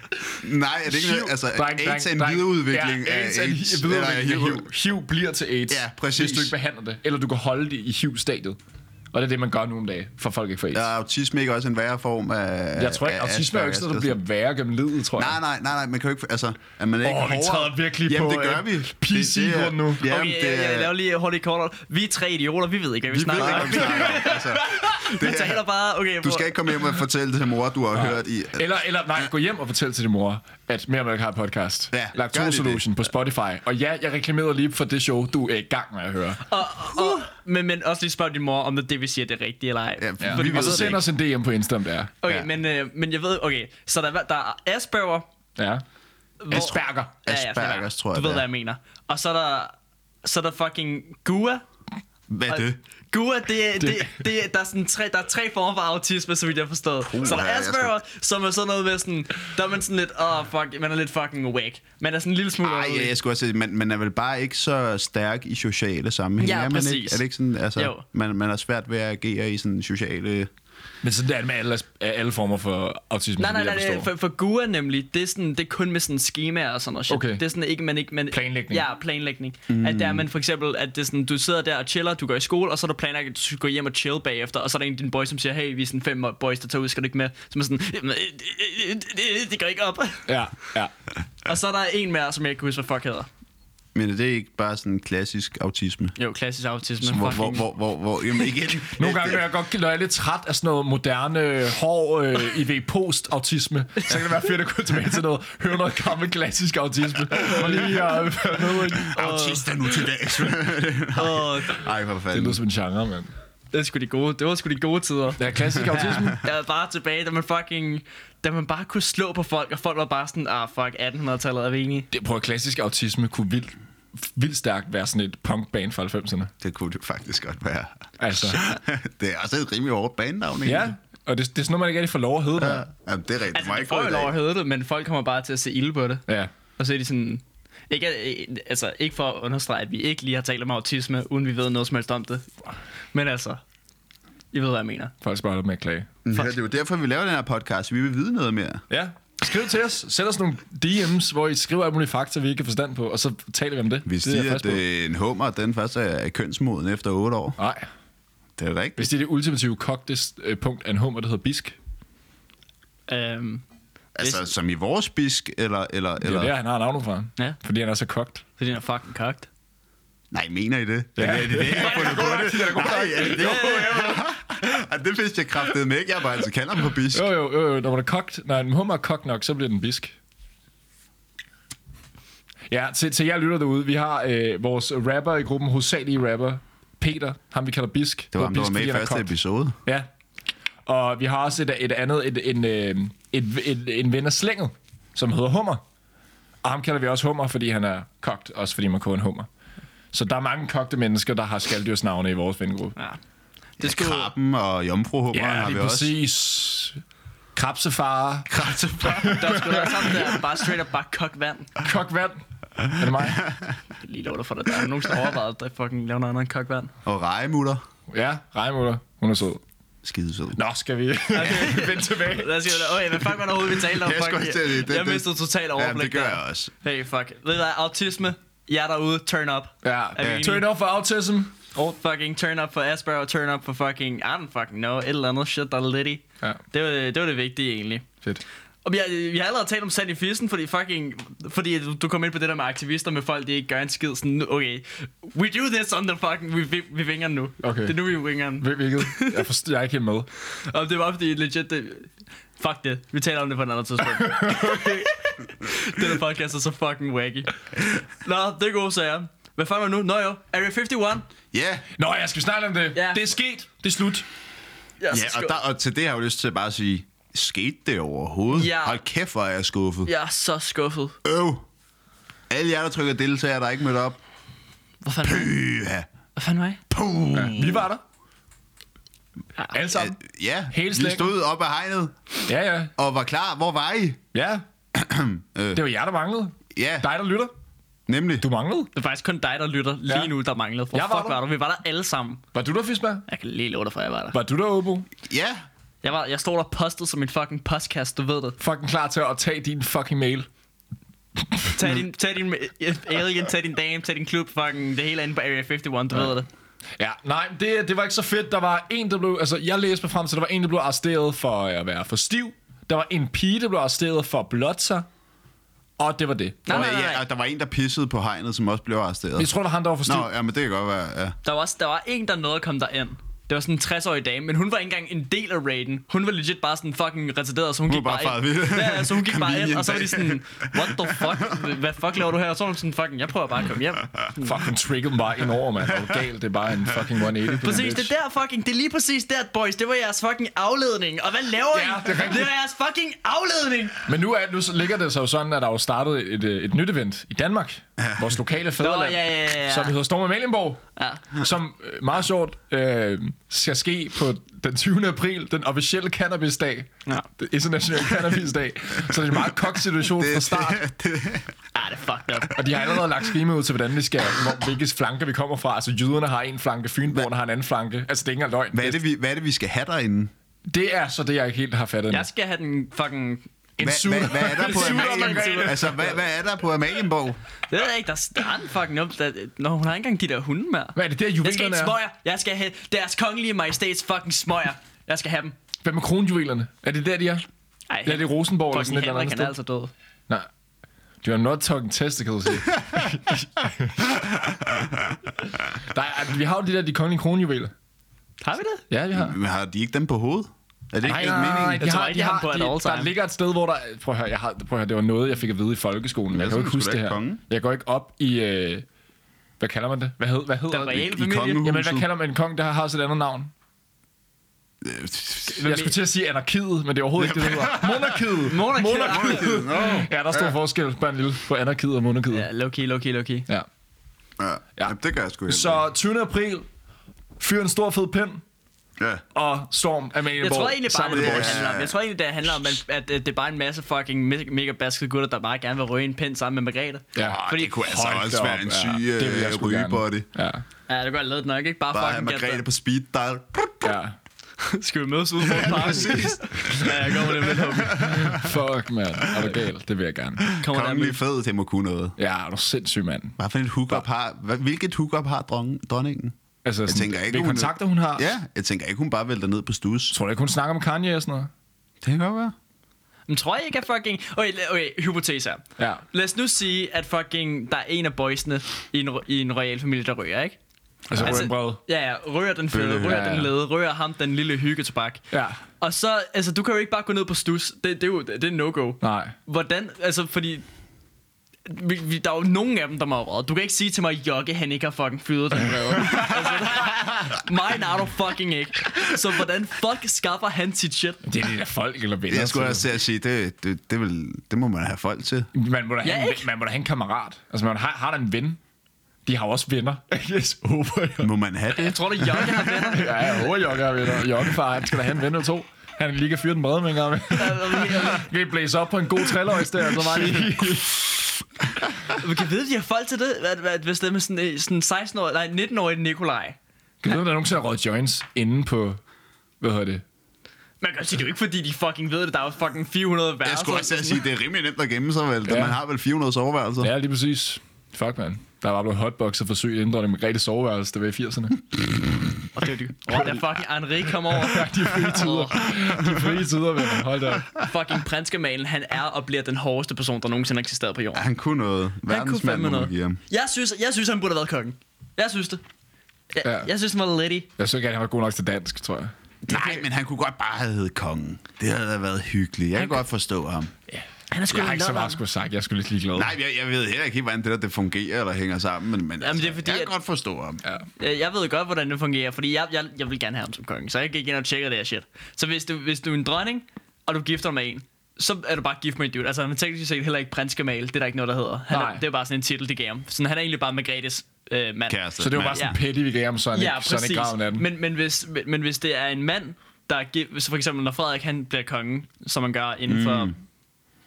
Speaker 1: nej, er det ikke noget? Altså,
Speaker 3: Dreng, dreng,
Speaker 1: AIDS er en
Speaker 3: dreng.
Speaker 1: videreudvikling
Speaker 3: ja,
Speaker 1: af
Speaker 3: AIDS. er en
Speaker 1: AIDS.
Speaker 3: hi- videreudvikling
Speaker 1: eller
Speaker 3: af HIV. HIV bliver til AIDS,
Speaker 1: Ja, præcis.
Speaker 3: hvis du ikke behandler det. Eller du kan holde det i HIV-stadiet. Og det er det, man gør nu om dagen, for folk ikke får AIDS.
Speaker 1: Er autisme ikke også en værre form af...
Speaker 3: Jeg tror ikke,
Speaker 1: af
Speaker 3: autisme er jo ikke sådan, noget, der
Speaker 1: Aspergers?
Speaker 3: bliver værre gennem livet, tror jeg.
Speaker 1: Nej, nej, nej, nej, man kan jo ikke... Altså, at man er ikke
Speaker 3: Åh, vi
Speaker 1: hårdere.
Speaker 3: træder virkelig
Speaker 1: Jamen,
Speaker 3: på,
Speaker 1: det gør
Speaker 3: øh,
Speaker 1: vi. Det- det
Speaker 3: PC-grunden
Speaker 1: er-
Speaker 3: nu.
Speaker 1: Jamen,
Speaker 2: okay,
Speaker 1: det
Speaker 2: jeg, jeg,
Speaker 1: er-
Speaker 2: jeg laver lige hurtigt kort. Vi er tre idioter, vi ved ikke, hvad vi,
Speaker 1: Vi ved
Speaker 2: snakker
Speaker 1: ikke,
Speaker 2: om.
Speaker 1: hvad vi snakker om. Altså, det
Speaker 2: Vi taler
Speaker 1: er,
Speaker 2: bare, okay,
Speaker 1: du
Speaker 2: prøv-
Speaker 1: skal ikke komme hjem og fortælle det til mor, du har hørt i...
Speaker 3: Eller, eller nej, gå hjem og fortæl til din mor, at Mere Mælk har et podcast.
Speaker 1: Ja, gør
Speaker 3: Lactose
Speaker 1: det
Speaker 3: Solution på Spotify. Og ja, jeg reklamerede lige for det show, du er i gang med at høre.
Speaker 2: Og, og, men, men også lige spørg din mor, om det, det vi siger, det er rigtigt eller ej.
Speaker 1: Ja,
Speaker 2: Fordi
Speaker 1: vi
Speaker 2: vi
Speaker 1: ved
Speaker 3: Og så
Speaker 2: det
Speaker 3: send
Speaker 2: ikke.
Speaker 3: os en DM på Insta, om det er.
Speaker 2: Okay,
Speaker 1: Ja.
Speaker 2: men, øh, men jeg ved, okay, så der, er- der er Asperger.
Speaker 3: Ja.
Speaker 2: hvor-
Speaker 3: Asperger.
Speaker 2: Ja, ja,
Speaker 1: Aspergers, tror jeg,
Speaker 2: Du ved,
Speaker 1: det er.
Speaker 2: hvad jeg mener. Og så er der, så er der fucking Gua.
Speaker 1: Hvad er det?
Speaker 2: Gua, det, er- det, det, er- der, er sådan tre, der er tre former for autisme, så vidt jeg har forstået.
Speaker 1: Puh,
Speaker 2: så der
Speaker 1: ja,
Speaker 2: er
Speaker 1: jeg skal-
Speaker 2: Asperger, som er sådan noget med sådan, der er man sådan lidt, åh, oh, fuck, man er lidt fucking whack. Man er sådan en lille smule...
Speaker 1: Ej, ja, jeg skulle også sige, man, man er vel bare ikke så stærk i sociale sammenhænge.
Speaker 2: Ja,
Speaker 1: er man
Speaker 2: præcis.
Speaker 1: ikke? Er det ikke sådan, altså,
Speaker 2: Jo.
Speaker 1: man, man har svært ved at agere i sådan sociale...
Speaker 3: Men sådan der er det med alle, alle former for autisme,
Speaker 2: Nej, nej,
Speaker 3: som jeg
Speaker 2: nej, nej,
Speaker 3: forstår.
Speaker 2: for, for GUA nemlig, det er, sådan, det er kun med sådan skemaer og sådan noget shit.
Speaker 3: Okay.
Speaker 2: Det er sådan ikke, man ikke... Man,
Speaker 3: Planlægning.
Speaker 2: Ja, planlægning. Mm. At der er man for eksempel, at det er sådan, du sidder der og chiller, du går i skole, og så er du planlagt, at du skal gå hjem og chill bagefter, og så er der en af dine boys, som siger, hey, vi er sådan fem boys, der tager ud, skal du ikke med? Så man sådan, "Jamen, øh, øh, øh, det, det går ikke op.
Speaker 3: Ja, ja.
Speaker 2: og så er der en mere, som jeg ikke kan huske, hvad fuck hedder.
Speaker 1: Men er det ikke bare sådan klassisk autisme?
Speaker 2: Jo, klassisk autisme.
Speaker 1: Hvor, hvor,
Speaker 2: fucking-
Speaker 1: hvor, hvor, hvor, jamen igen...
Speaker 3: Nogle gange, når jeg godt når jeg er lidt træt af sådan noget moderne, hård øh, IV-post-autisme, så kan det være fedt at gå tilbage til noget, høre noget gammel klassisk autisme. Og lige at øh, noget,
Speaker 1: Autister nu til dags.
Speaker 2: Åh,
Speaker 1: Ej, for
Speaker 3: Det lyder
Speaker 1: fanden.
Speaker 3: som en genre, mand.
Speaker 2: det er sgu de gode, det var sgu de gode tider.
Speaker 3: Ja, klassisk autisme.
Speaker 2: Jeg var bare tilbage, da man fucking... Da man bare kunne slå på folk, og folk var bare sådan, ah fuck, 1800-tallet er vi enige.
Speaker 3: Det, prøv at klassisk autisme kunne vildt, vildt stærkt være sådan et punkband fra 90'erne.
Speaker 1: Det kunne det faktisk godt være.
Speaker 3: Altså,
Speaker 1: det er også et rimelig hårdt banenavn,
Speaker 3: ja.
Speaker 1: egentlig.
Speaker 3: Og det, det er sådan noget, man ikke rigtig får lov at hedde. Ja.
Speaker 1: Jamen, det er rigtigt.
Speaker 2: Altså,
Speaker 1: Mig
Speaker 2: det får jo
Speaker 1: kunne
Speaker 2: lov at
Speaker 1: jeg
Speaker 2: hedde det, men folk kommer bare til at se ilde på det.
Speaker 3: ja.
Speaker 2: Og så er de sådan... Ikke, at- altså, ikke for at understrege, at vi ikke lige har talt om autisme, uden vi ved noget som helst om det. Men altså, I ved, hvad jeg mener.
Speaker 3: Folk skal bare lidt med at klage.
Speaker 1: Ja, det er jo derfor, vi laver den her podcast. Vi vil vide noget mere.
Speaker 3: Ja. Skriv til os. Send os nogle DM's, hvor I skriver alle mulige fakta, vi ikke har forstand på, og så taler vi om det.
Speaker 1: Hvis
Speaker 3: det er jeg
Speaker 1: de,
Speaker 3: frisk
Speaker 1: at
Speaker 3: på.
Speaker 1: øh, en hummer, den først er kønsmoden efter 8 år,
Speaker 3: Nej.
Speaker 1: det Det er rigtigt.
Speaker 3: Hvis det er det ultimative øh, punkt af en hummer, der hedder bisk.
Speaker 2: Øhm,
Speaker 1: Altså, som i vores bisk, eller... eller,
Speaker 3: Det er
Speaker 1: eller...
Speaker 3: jo der, han har navnet fra.
Speaker 2: Ja.
Speaker 3: Fordi han er så kogt.
Speaker 2: fordi den er fucking kogt.
Speaker 1: Nej, mener I det? Ja. Det, det, det, det, jeg har fundet på det. Nej, er det det? Ej, det vidste jeg kraftede med ikke. Jeg bare altid kalder dem på bisk.
Speaker 3: Jo, jo, jo, jo. Når man er kogt, når en hummer er kogt nok, så bliver den bisk. Ja, til, til jer lytter derude, vi har øh, vores rapper i gruppen, hovedsagelige rapper, Peter, ham vi kalder Bisk.
Speaker 1: Det var ham, der var
Speaker 3: Bisk,
Speaker 1: med i
Speaker 3: fordi han er
Speaker 1: første
Speaker 3: kogt.
Speaker 1: episode.
Speaker 3: Ja. Og vi har også et, et andet, et, en, øh, et, et, en ven af slænget, som hedder Hummer. Og ham kalder vi også Hummer, fordi han er kogt, også fordi man koger en hummer. Så der er mange kogte mennesker, der har skaldyrsnavne i vores vengruppe.
Speaker 2: Ja.
Speaker 1: Det skulle... Krabben og jomfruhummeren
Speaker 3: Ja,
Speaker 1: har
Speaker 3: lige
Speaker 1: vi også.
Speaker 3: præcis. Krabsefare.
Speaker 2: Der skulle være sammen der, bare straight up bare kogt vand.
Speaker 3: Kokvand. Er det mig?
Speaker 2: Jeg lige lov dig for det. Der er nogen, der overvejet, at fucking laver noget andet end kogt vand.
Speaker 1: Og rejemutter.
Speaker 3: Ja, regnmutter. Hun er sød.
Speaker 1: Skide sød.
Speaker 3: Nå, skal vi vende tilbage?
Speaker 2: Lad os sige, okay, hvad fuck var der overhovedet, vi talte om?
Speaker 1: Jeg skulle også til at sige, det-
Speaker 2: jeg
Speaker 1: det-
Speaker 2: mistede totalt
Speaker 1: Ja, det
Speaker 2: overblik.
Speaker 1: gør
Speaker 2: der.
Speaker 1: jeg også.
Speaker 2: Hey, fuck. Ved I hvad, autisme, jer derude, turn up.
Speaker 3: Ja,
Speaker 2: Er vi enige?
Speaker 3: turn off for autism.
Speaker 2: Oh. Fucking turn up for Asperger, og turn up for fucking, I don't fucking know, et eller andet shit, der er litty.
Speaker 3: Ja.
Speaker 2: Det var det, det var det vigtige egentlig.
Speaker 3: Fedt.
Speaker 2: Og vi har, vi har allerede talt om sand i fissen, fordi, fucking, fordi du, du kom ind på det der med aktivister med folk, der ikke gør en skid. Sådan, nu- okay, we do this on the fucking, vi, vi, vi vinger den nu.
Speaker 3: Okay.
Speaker 2: Det er nu, vi vinger den.
Speaker 3: Hvil- Hvilket? Jeg, forstår, jeg er ikke helt med.
Speaker 2: Og det var fordi, legit, det, fuck det. Vi taler om det på en anden tidspunkt. det der podcast er så fucking wacky. Nå, det er gode sager. Hvad fanden var det nu? Nå jo, Area 51.
Speaker 1: Ja,
Speaker 3: Nå, jeg skal vi snakke om det.
Speaker 2: Ja.
Speaker 3: Det er sket. Det er slut. Altså,
Speaker 1: ja og, der, og til det har jeg jo lyst til at bare sige, skete det overhovedet?
Speaker 2: Ja.
Speaker 1: Hold kæft, hvor er jeg skuffet.
Speaker 2: Jeg er så skuffet.
Speaker 1: Øv! Alle jer, der trykker deltager, der ikke mødte op.
Speaker 2: Hvor fanden var jeg?
Speaker 1: Pyha!
Speaker 2: Hvad fanden var jeg?
Speaker 1: Puh! Ja,
Speaker 3: Vi var der.
Speaker 2: Ja.
Speaker 3: Alle sammen.
Speaker 1: ja
Speaker 3: Hele
Speaker 1: vi
Speaker 3: slægten.
Speaker 1: stod op ad hegnet
Speaker 3: Ja, ja. Øh.
Speaker 1: og var klar. Hvor var I?
Speaker 3: Ja. det var jer, der manglede.
Speaker 1: Ja,
Speaker 3: Dig, der lytter.
Speaker 1: nemlig.
Speaker 3: Du manglede.
Speaker 2: Det er faktisk kun dig, der lytter lige
Speaker 3: Ja.
Speaker 2: nu, der manglede. For
Speaker 3: Jeg var
Speaker 2: fuck
Speaker 3: der.
Speaker 2: var du? Vi var der alle sammen.
Speaker 3: Var du der, Fisma?
Speaker 2: Jeg kan lige love dig for, at jeg var der.
Speaker 3: Var du der, Obo?
Speaker 1: Ja,
Speaker 2: Jeg, var, jeg stod der postet som en fucking postkasse, du ved det.
Speaker 3: Fucking klar til at tage din fucking mail.
Speaker 2: Tag din, tag din øh, alien, tag din dame, tag din klub, fucking det hele inde på Area 51, du ved det.
Speaker 3: Ja, nej, det, det var ikke så fedt. Der var en, der blev... Altså, jeg læste mig frem til, der var en, der blev arresteret for at være for stiv. Der var en pige, der blev arresteret for at blotte sig. Og det var det.
Speaker 2: Nej, nej,
Speaker 1: Og, øh,
Speaker 2: nej,
Speaker 1: Ja,
Speaker 2: nej.
Speaker 1: og der var en, der pissede på hegnet, som også blev arresteret.
Speaker 3: Jeg tror, det var han, der var for stiv.
Speaker 1: Nå, ja, men det kan godt være, ja.
Speaker 2: Der var, også, der var en, der nåede at komme derind. Det var sådan en 60-årig dame, men hun var ikke engang en del af raiden. Hun var legit bare sådan fucking retarderet, så hun, hun gik
Speaker 1: var bare
Speaker 2: ind.
Speaker 1: faret vild.
Speaker 2: Ja, ja, så hun gik bare ind,
Speaker 1: Convenient
Speaker 2: og så var de
Speaker 1: bag.
Speaker 2: sådan, what the fuck, hvad fuck laver du her? Og så var hun sådan, fucking, jeg prøver bare at komme hjem.
Speaker 3: Fuck, hun triggede mig enormt, mand. Det var galt. Det er bare en fucking 180. den
Speaker 2: Præcis,
Speaker 3: bitch.
Speaker 2: det er der fucking, det er lige præcis der, boys, det var jeres fucking afledning. Og hvad laver
Speaker 3: Ja,
Speaker 2: I?
Speaker 3: det er rigtigt.
Speaker 2: det var jeres fucking afledning.
Speaker 3: Men nu, er, nu så ligger det så jo sådan, at der er jo startet et, øh, et nyt event i Danmark. Vores lokale fædreland.
Speaker 2: Nå, ja, ja, ja, ja.
Speaker 3: Som hedder Storm af Malienborg.
Speaker 2: Ja.
Speaker 3: Som øh, meget sjovt øh, skal ske på den 20. april, den officielle cannabisdag.
Speaker 2: Ja.
Speaker 3: Den internationale cannabisdag. Så det er en meget kogt situation fra start.
Speaker 2: Ah, det er fucked up.
Speaker 3: Og de har allerede lagt skema ud til, hvordan vi skal, hvor, hvilke flanker vi kommer fra. Altså jyderne har en flanke, fynborgerne har en anden flanke. Altså det er ikke engang løgn.
Speaker 1: Hvad er, det, vi, hvad er det, vi skal have derinde?
Speaker 3: Det er så det, jeg ikke helt har fattet.
Speaker 2: Jeg skal have den fucking...
Speaker 3: En
Speaker 1: Hvad,
Speaker 3: sutter.
Speaker 1: hvad, hvad er der på
Speaker 3: En sutter,
Speaker 1: Amalienborg?
Speaker 3: Margrethe.
Speaker 1: Altså, hvad, hvad er der på Amalienborg?
Speaker 2: Det ved jeg ikke, der, er- der er en fucking op... Der, Nå, hun har ikke engang de der hunde mere.
Speaker 3: Hvad er det, der
Speaker 2: Jeg skal
Speaker 3: juvelerne
Speaker 2: have
Speaker 3: er?
Speaker 2: smøger. Jeg skal have deres kongelige majestæts fucking smøger. Jeg skal have dem.
Speaker 3: Hvad med kronjuvelerne? Er det der, de er?
Speaker 2: Ej,
Speaker 3: Ja, det er Rosenborg eller
Speaker 2: fucking
Speaker 3: sådan et eller
Speaker 2: Henrik,
Speaker 3: andet
Speaker 2: han er
Speaker 3: sted.
Speaker 2: altså død.
Speaker 3: Nej. You are not talking testicles here. Der er, altså, vi har jo de der, de kongelige kronjuveler.
Speaker 2: Har vi det?
Speaker 3: Ja, vi har.
Speaker 1: Men har de ikke dem på hovedet? Er det ikke
Speaker 3: Nej,
Speaker 1: ikke
Speaker 3: nej, nej,
Speaker 1: meningen?
Speaker 3: de
Speaker 2: Jeg tror
Speaker 3: har,
Speaker 2: ikke,
Speaker 3: de
Speaker 2: jeg har
Speaker 3: har,
Speaker 2: dem på
Speaker 3: de,
Speaker 2: at all
Speaker 3: der
Speaker 2: time.
Speaker 3: ligger et sted, hvor der... Prøv at høre, jeg har, prøv at høre, det var noget, jeg fik at vide i folkeskolen. Jeg kan jo
Speaker 1: så
Speaker 3: ikke
Speaker 1: er du sgu
Speaker 3: huske
Speaker 1: da
Speaker 3: det her.
Speaker 1: ikke konge.
Speaker 3: Jeg går ikke op i... Øh, hvad kalder man det? Hvad, hed, hvad hedder
Speaker 2: Den
Speaker 3: det?
Speaker 2: reelle
Speaker 1: i
Speaker 2: familie.
Speaker 1: kongehuset.
Speaker 3: Jamen, hvad kalder man en kong, der har også et andet navn?
Speaker 1: Øh,
Speaker 3: Jeg skulle til at sige anarkiet, men det er overhovedet ikke det, det hedder. Monarkiet!
Speaker 2: Monarkiet.
Speaker 1: Monarkiet, nå.
Speaker 3: Ja, der er stor forskel på en lille på anarkiet og monarkiet.
Speaker 2: Ja, low key, low key, low key.
Speaker 3: ja.
Speaker 1: Ja, Jamen, det gør jeg sgu ikke.
Speaker 3: Så 20. april, fyr en stor fed pind,
Speaker 1: Ja.
Speaker 3: og Storm af Malienborg.
Speaker 2: Jeg tror egentlig bare,
Speaker 3: sammen
Speaker 2: det, er
Speaker 3: med
Speaker 2: det
Speaker 3: boys.
Speaker 2: det handler om. Jeg tror egentlig, det handler om, at, at, at det er bare en masse fucking me- mega baskede gutter, der bare gerne vil ryge en pind sammen med Margrethe.
Speaker 3: Ja.
Speaker 1: Fordi, det kunne altså
Speaker 3: Hold
Speaker 1: også
Speaker 3: da
Speaker 1: være
Speaker 3: op,
Speaker 1: en
Speaker 3: ja.
Speaker 1: syg
Speaker 3: Det ville jeg
Speaker 1: ja.
Speaker 3: sgu
Speaker 1: rygebody.
Speaker 3: Ja.
Speaker 2: Ja, det går lidt nok, ikke? Bare,
Speaker 1: Bare have
Speaker 2: fucking
Speaker 1: Margrethe på speed dial.
Speaker 3: ja.
Speaker 2: Skal vi mødes ude for en park?
Speaker 1: Præcis.
Speaker 2: ja, jeg kommer lidt med ham.
Speaker 3: Fuck, mand. Er du gal? Det vil jeg gerne.
Speaker 2: Kommer der
Speaker 1: Kongelig fed, det må kunne noget.
Speaker 3: Ja, er du sindssyg, mand.
Speaker 1: Hvad for et hookup har... hvad- Hvilket hookup har drong- dronningen?
Speaker 3: Altså, sådan,
Speaker 1: tænker ikke,
Speaker 3: hvilke
Speaker 1: hun-
Speaker 3: kontakter hun har.
Speaker 1: Ja, jeg tænker ikke, hun bare vælter ned på stus.
Speaker 3: Tror du ikke, hun snakker med Kanye og sådan noget?
Speaker 1: Det kan godt være.
Speaker 2: Men tror jeg ikke, at fucking... Okay, la- okay hypotese her.
Speaker 3: Ja.
Speaker 2: Lad os nu sige, at fucking der er en af boysene i en, ro- i en royal familie, der rører, ikke?
Speaker 3: Altså, altså brød.
Speaker 2: Ja, ja, rører den fede,
Speaker 1: Bølle,
Speaker 2: rører
Speaker 3: ja,
Speaker 2: den
Speaker 3: ja.
Speaker 2: lede, rører ham den lille hyggetobak.
Speaker 3: Ja.
Speaker 2: Og så, altså, du kan jo ikke bare gå ned på stus. Det, det er jo det er no-go.
Speaker 3: Nej.
Speaker 2: Hvordan, altså, fordi... Vi, vi, der er jo nogen af dem, der må have røget. Du kan ikke sige til mig, at Jokke, han ikke har fucking fyret den vrede. altså, mine er du fucking ikke. Så hvordan fuck skaffer han sit shit?
Speaker 3: Det er det der folk eller venner.
Speaker 1: Jeg skulle
Speaker 3: til.
Speaker 1: også til at sige, det, det, det, vil, det må man have folk til.
Speaker 3: Man må da,
Speaker 2: Ja,
Speaker 3: have, en,
Speaker 2: ikke?
Speaker 3: man må da have en kammerat. Altså, man har, har da en ven. De har jo også venner. yes, håber jeg.
Speaker 1: Må man have det?
Speaker 2: Tror du, Jokke har venner?
Speaker 3: Ja, jeg håber, Jokke har venner. Jokkefar, han skal da have en ven eller to. Han kan lige kan fyre den brede med en gang. Vi blæser op på en god trilløjs der, og så var lige...
Speaker 2: Vi kan vide, at de har folk til det. Hvad, hvad, hvis det er med sådan, øh, sådan 16 år, nej, 19-årig Nikolaj.
Speaker 3: Kan du vide, om der er nogen, der har røget joints inde på... Hvad hedder det?
Speaker 2: Man kan sige, det er jo ikke fordi, de fucking ved det. Der er jo fucking 400 værelser.
Speaker 1: Jeg skulle også til at sige, det er rimelig nemt at gemme sig, vel? Ja.
Speaker 3: altså, Ja.
Speaker 1: Man har vel 400 soveværelser. Ja.
Speaker 3: Ja, lige præcis. Fuck, man. Der var blevet hotboxer forsøg inden dronning Margrethe soveværelse, der var i 80'erne.
Speaker 2: Og det er dyrt. Åh, der fucking Henri kom over.
Speaker 3: De frie tider. De frie tider, venner. Hold da. op.
Speaker 2: fucking prinskemalen, han er og bliver den hårdeste person, der nogensinde har eksisteret på jorden.
Speaker 1: Han kunne noget.
Speaker 2: Han kunne
Speaker 1: Verdensmand
Speaker 2: fandme
Speaker 1: må man
Speaker 2: noget.
Speaker 1: give ham.
Speaker 2: Jeg synes, jeg synes, han burde have været kongen. Jeg synes det. Jeg,
Speaker 3: Ja.
Speaker 2: ja. jeg synes, han var lidt
Speaker 3: Jeg så ikke, at han var god nok til dansk, tror jeg.
Speaker 1: Nej, men han kunne godt bare have heddet kongen. Det havde da været hyggeligt. Jeg kan godt forstå ham.
Speaker 2: Han er sgu
Speaker 3: Jeg har
Speaker 2: lidt
Speaker 3: ikke så
Speaker 2: lolleren.
Speaker 3: meget at skulle have sagt. Jeg skulle lidt ligeglad.
Speaker 1: Nej, jeg, jeg ved heller ikke helt, hvordan det der det fungerer eller hænger sammen, men, men,
Speaker 2: det er fordi,
Speaker 1: jeg kan
Speaker 2: at-
Speaker 1: godt forstå ham.
Speaker 3: Ja.
Speaker 2: Øh, Jeg ved godt, hvordan det fungerer, fordi jeg, jeg, jeg vil gerne have ham som konge, så jeg gik ind og tjekkede det her shit. Så hvis du, hvis du er en dronning, og du gifter dig med en, så er du bare gift med en dude. Altså, han er teknisk set heller ikke prinskemal, det er der ikke noget, der hedder. Han er,
Speaker 3: Nej.
Speaker 2: det er bare sådan en titel, det gav ham. Sådan, han er egentlig bare Margrethes øh, mand.
Speaker 1: Kæreste.
Speaker 3: Så det var
Speaker 1: mand.
Speaker 3: bare sådan
Speaker 2: Ja.
Speaker 3: petty, vi gav ham, så han
Speaker 2: Ja,
Speaker 3: ikke, så han ikke graven af den.
Speaker 2: præcis. Men, men, hvis, men, men hvis det er en mand, der er gift, hvis for eksempel når Frederik han bliver konge, som man gør inden for, mm.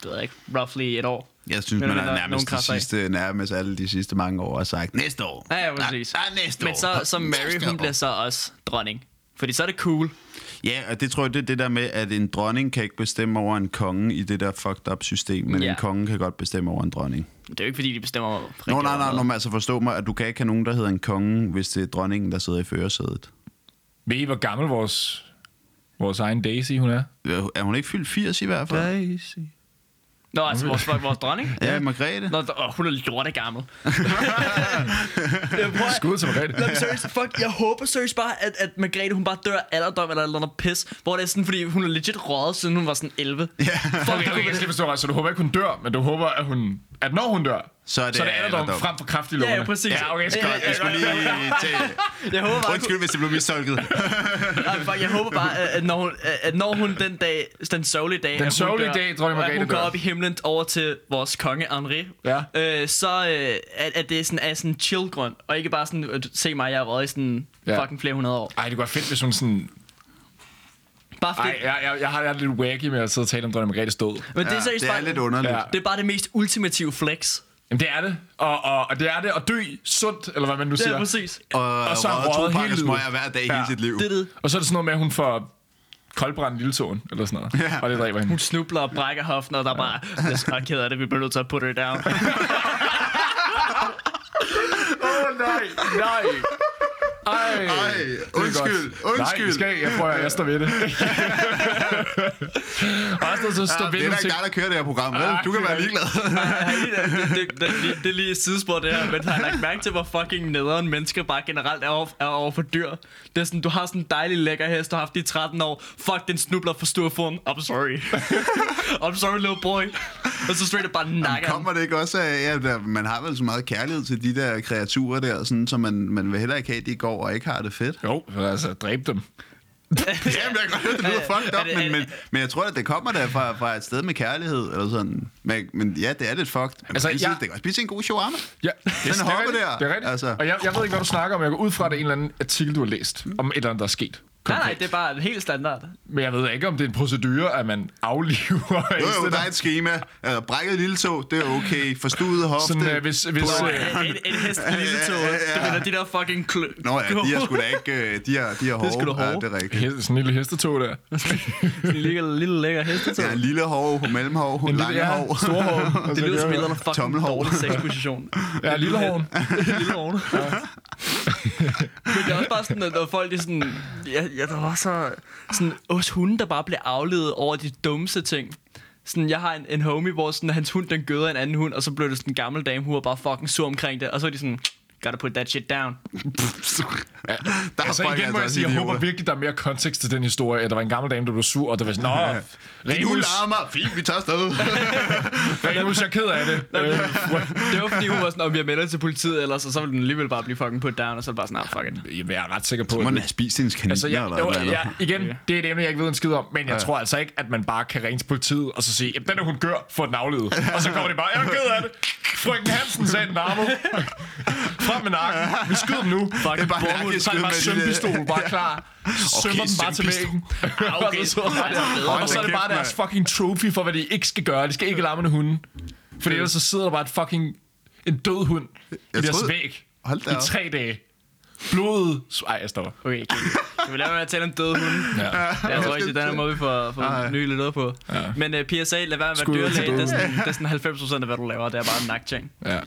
Speaker 2: det ved jeg ikke, roughly et år.
Speaker 1: Jeg synes,
Speaker 2: Men
Speaker 1: man
Speaker 2: der
Speaker 1: har
Speaker 2: er nogen
Speaker 1: nærmest, de
Speaker 2: kræfter af.
Speaker 1: sidste, nærmest alle de sidste mange år har sagt, næste år.
Speaker 2: Ja, ja, præcis.
Speaker 1: Ja, ja, næste
Speaker 2: Men
Speaker 1: år.
Speaker 2: så, så Mary,
Speaker 1: Næste
Speaker 2: hun
Speaker 1: år.
Speaker 2: bliver så også dronning. Fordi så er det cool.
Speaker 1: Ja, og det tror jeg, det er det der med, at en dronning kan ikke bestemme over en konge i det der fucked up system, men
Speaker 2: Ja.
Speaker 1: en konge kan godt bestemme over en dronning.
Speaker 2: Det er jo ikke fordi, de bestemmer over
Speaker 1: Nå,
Speaker 2: rigtig
Speaker 1: nej, nej,
Speaker 2: meget.
Speaker 1: nej, men altså forstå mig, at du kan ikke have nogen, der hedder en konge, hvis det er dronningen, der sidder i førersædet.
Speaker 3: Ved I, hvor gammel vores, vores egen Daisy hun er?
Speaker 1: Øh, Er hun ikke fyldt 80 i hvert fald?
Speaker 3: Daisy.
Speaker 2: Nå, altså vores, vores dronning?
Speaker 1: Ja, ja Margrethe.
Speaker 2: Nå, d- åh, hun er lorte gammel.
Speaker 3: Skud til Margrethe.
Speaker 2: Nå, men seriøst, fuck, jeg håber seriøst bare, at, at Margrethe, hun bare dør af alderdom eller et eller andet pis, hvor det er sådan, fordi hun er legit røget, siden hun var sådan 11. Ja. Fuck,
Speaker 3: Okay,
Speaker 2: det
Speaker 3: okay,
Speaker 2: kunne
Speaker 3: jeg skal
Speaker 2: være-
Speaker 3: forstå dig. Så du håber ikke, hun dør, men du håber, at, hun, at når hun dør,
Speaker 1: Så er det
Speaker 3: så er det alderdom
Speaker 1: alderdom.
Speaker 3: frem for kraftig
Speaker 2: Ja,
Speaker 3: lungerne.
Speaker 2: ja, præcis.
Speaker 3: Ja, okay,
Speaker 2: Ja,
Speaker 3: skønt.
Speaker 2: ja, ja.
Speaker 1: Jeg skulle lige til...
Speaker 2: Jeg håber bare,
Speaker 1: Undskyld, hvis det blev mistolket.
Speaker 2: Nej, fuck, jeg håber bare, at- at når hun, at når hun den dag, den sørgelige dag, at hun
Speaker 3: sørgelige
Speaker 2: dør,
Speaker 3: dag, dronning
Speaker 2: og at
Speaker 3: Margrethe
Speaker 2: hun går
Speaker 3: dør.
Speaker 2: op i himlen over til vores konge, Henri,
Speaker 3: Ja.
Speaker 2: øh, så øh, at, at det er sådan, er sådan en chill grund, og ikke bare sådan, at se mig, jeg er røget i sådan
Speaker 3: Ja.
Speaker 2: fucking flere hundrede år.
Speaker 3: Ej, det kunne være fedt, hvis hun sådan...
Speaker 2: Bare fedt.
Speaker 3: Ej, jeg, jeg, jeg, har, jeg er lidt wacky med at sidde og tale om dronning Margrethes død.
Speaker 2: Men det
Speaker 1: Ja,
Speaker 2: er seriøst
Speaker 1: det er
Speaker 2: bare,
Speaker 1: lidt underligt.
Speaker 3: Ja.
Speaker 2: det er bare det mest ultimative flex.
Speaker 3: Jamen, det er det. Og, og, og det er det at dø sundt, eller hvad man nu
Speaker 2: Det er
Speaker 3: siger.
Speaker 2: præcis.
Speaker 1: Og,
Speaker 3: Og
Speaker 1: og
Speaker 3: så
Speaker 1: så
Speaker 3: har røget
Speaker 1: røget to
Speaker 3: hele
Speaker 1: pakker
Speaker 3: livet.
Speaker 1: smøger hver dag ja.
Speaker 3: Ja.
Speaker 1: hele sit liv.
Speaker 2: Det er det.
Speaker 3: Og så er det sådan noget med, at hun får koldbrændt lille tåen, eller sådan noget.
Speaker 1: Ja.
Speaker 3: Og det dræber hende.
Speaker 2: Hun snubler og brækker hoften, og der er bare, jeg er så ked af det, vi bliver nødt til at put her down.
Speaker 3: Åh, oh, nej, nej. Ej,
Speaker 1: Ej, undskyld,
Speaker 3: Nej,
Speaker 1: undskyld.
Speaker 3: I skal ikke. Jeg prøver, jeg står ved det. Resten så står
Speaker 1: Ah,
Speaker 3: ved
Speaker 1: det er
Speaker 3: nogle
Speaker 1: da
Speaker 3: ting.
Speaker 1: ikke dig, der kører det her program. vel?
Speaker 3: Ah,
Speaker 1: Du kan
Speaker 3: det er
Speaker 1: være
Speaker 3: ikke-
Speaker 1: ligeglad.
Speaker 2: det, det, det, det, det er lige et sidespor, det her, men har jeg lagt mærke til, hvor fucking nederen mennesker bare generelt er over, er over for dyr? Det er sådan, du har sådan en dejlig lækker hest, du har haft i 13 år. Fuck, den snubler for stor form. I'm sorry. I'm sorry, little boy. Og så straight up bare nakker ham.
Speaker 1: Kommer det ikke også af, at øh, man har vel så meget kærlighed til de der kreaturer der, sådan, så man, man vil heller ikke have, at de går og ikke har det fedt?
Speaker 3: Jo, altså, dræb dem.
Speaker 1: Jamen, jeg kan godt høre, det lyder fucked
Speaker 2: Er
Speaker 1: up,
Speaker 2: det-
Speaker 1: men,
Speaker 2: er
Speaker 1: men, men jeg tror, at det kommer der fra, fra et sted med kærlighed, eller sådan. Men, men ja, det er lidt fucked. Men
Speaker 3: Altså,
Speaker 1: altså, jeg...
Speaker 3: jeg-
Speaker 1: Det kan godt spise en god shawarma.
Speaker 3: Ja, det,
Speaker 1: Den
Speaker 3: det er
Speaker 1: hopper
Speaker 3: rigtigt.
Speaker 1: der.
Speaker 3: Det er rigtigt.
Speaker 1: Altså.
Speaker 3: Altså. Og jeg, jeg ved ikke, hvad du snakker om. Jeg går ud fra, at det er en eller anden artikel, du har læst om et eller andet, der er sket.
Speaker 2: Nej, nej,
Speaker 3: Konkret.
Speaker 2: det er bare helt standard.
Speaker 3: Men jeg ved ikke, om det er en procedure, at man afliver
Speaker 1: Jo, jo,
Speaker 3: heste,
Speaker 1: der er et schema. Altså, brækket lille tog, det er okay. Forstudet hofte.
Speaker 3: Sådan, øh, hvis, hvis,
Speaker 1: På-
Speaker 3: øh,
Speaker 2: En, en hest i lille tog. Det er de der fucking klø.
Speaker 1: Nå ja, de er sgu da ikke... øh, De er, de er hårde.
Speaker 2: sgu da hårde.
Speaker 1: Ja, det er rigtigt.
Speaker 3: heste, sådan en lille hestetog der.
Speaker 2: En lille, lille lækker hestetog.
Speaker 1: Ja, lille hår, mellemhår,
Speaker 3: En
Speaker 1: lange
Speaker 3: lille, ja,
Speaker 1: hår.
Speaker 3: store hår.
Speaker 2: Det lyder som en eller anden fucking
Speaker 1: Tommelhår.
Speaker 2: dårlig sexposition.
Speaker 3: Ja, lille hår.
Speaker 2: lille hård. Men det er også bare sådan, at når folk er sådan... Ja, ja, der var så... Sådan, os hunde, der bare blev afledet over de dummeste ting. Sådan, jeg har en, en homie, hvor sådan, hans hund, den gøder en anden hund, og så blev det sådan en gammel dame, hun var bare fucking sur omkring det. Og så er de sådan, gotta put that shit down.
Speaker 1: der
Speaker 3: Altså
Speaker 1: er folk
Speaker 3: igen må jeg
Speaker 1: altså
Speaker 3: sige, jeg
Speaker 1: idioter.
Speaker 3: håber virkelig, der er mere kontekst til den historie, at der var en gammel dame, der blev sur, og der var sådan, Nå,
Speaker 1: Din hund
Speaker 3: Remus,
Speaker 1: larmer. Fint, vi tager afsted.
Speaker 3: Remus, jeg er ked af det. Øh,
Speaker 2: Det var fordi, hun var sådan, om jeg melder til politiet ellers, og så ville den alligevel bare blive fucking put down, og så er det bare sådan, ah, fuck it.
Speaker 3: Jamen, jeg er ret sikker på,
Speaker 1: Må
Speaker 3: at...
Speaker 1: den have spist hendes kaniner
Speaker 3: Altså, jeg,
Speaker 1: eller noget
Speaker 3: jo,
Speaker 1: andet?
Speaker 3: jeg, igen, det er et emne, jeg ikke ved en skid om, men jeg tror altså ikke, at man bare kan ringe til politiet og så sige, at den er hun gør, få den aflevet. Og så kommer de bare, jeg er ked af det. Frøken Hansen sagde den armet. Frem med nakken. Vi skyder dem nu. Fuck,
Speaker 1: Det er bare en
Speaker 3: bommet. Så er
Speaker 1: nakkeskud
Speaker 3: det bare
Speaker 1: med de der-
Speaker 3: sømpistol, bare klar. Sømmer den bare til
Speaker 1: sømpistol.
Speaker 3: væggen.
Speaker 2: Ah, okay.
Speaker 3: Og så-
Speaker 2: Hold
Speaker 3: Og så er
Speaker 1: da
Speaker 3: det bare
Speaker 1: kæft,
Speaker 3: deres
Speaker 1: mand.
Speaker 3: fucking trophy for, hvad de ikke skal gøre. De skal ikke larme en hunde. For ellers så sidder der bare et fucking en død hund i
Speaker 1: Jeg
Speaker 3: deres
Speaker 1: troede-
Speaker 3: væg
Speaker 1: Hold da
Speaker 3: i
Speaker 1: op.
Speaker 3: tre dage. Blodet. Ej, jeg stopper.
Speaker 2: Okay, okay. Kan vi lade være med at tale om døde hunde?
Speaker 3: Ja.
Speaker 2: Jeg tror ikke, det er den her måde, vi får, får ny lidt op på. Ja. Men uh, PSA, lad være med at være
Speaker 3: Skud ud til
Speaker 2: dyrlæge. Det er,
Speaker 3: døde
Speaker 2: sådan, det er sådan 90% af, hvad du laver. Det er bare en nakting.
Speaker 3: ja.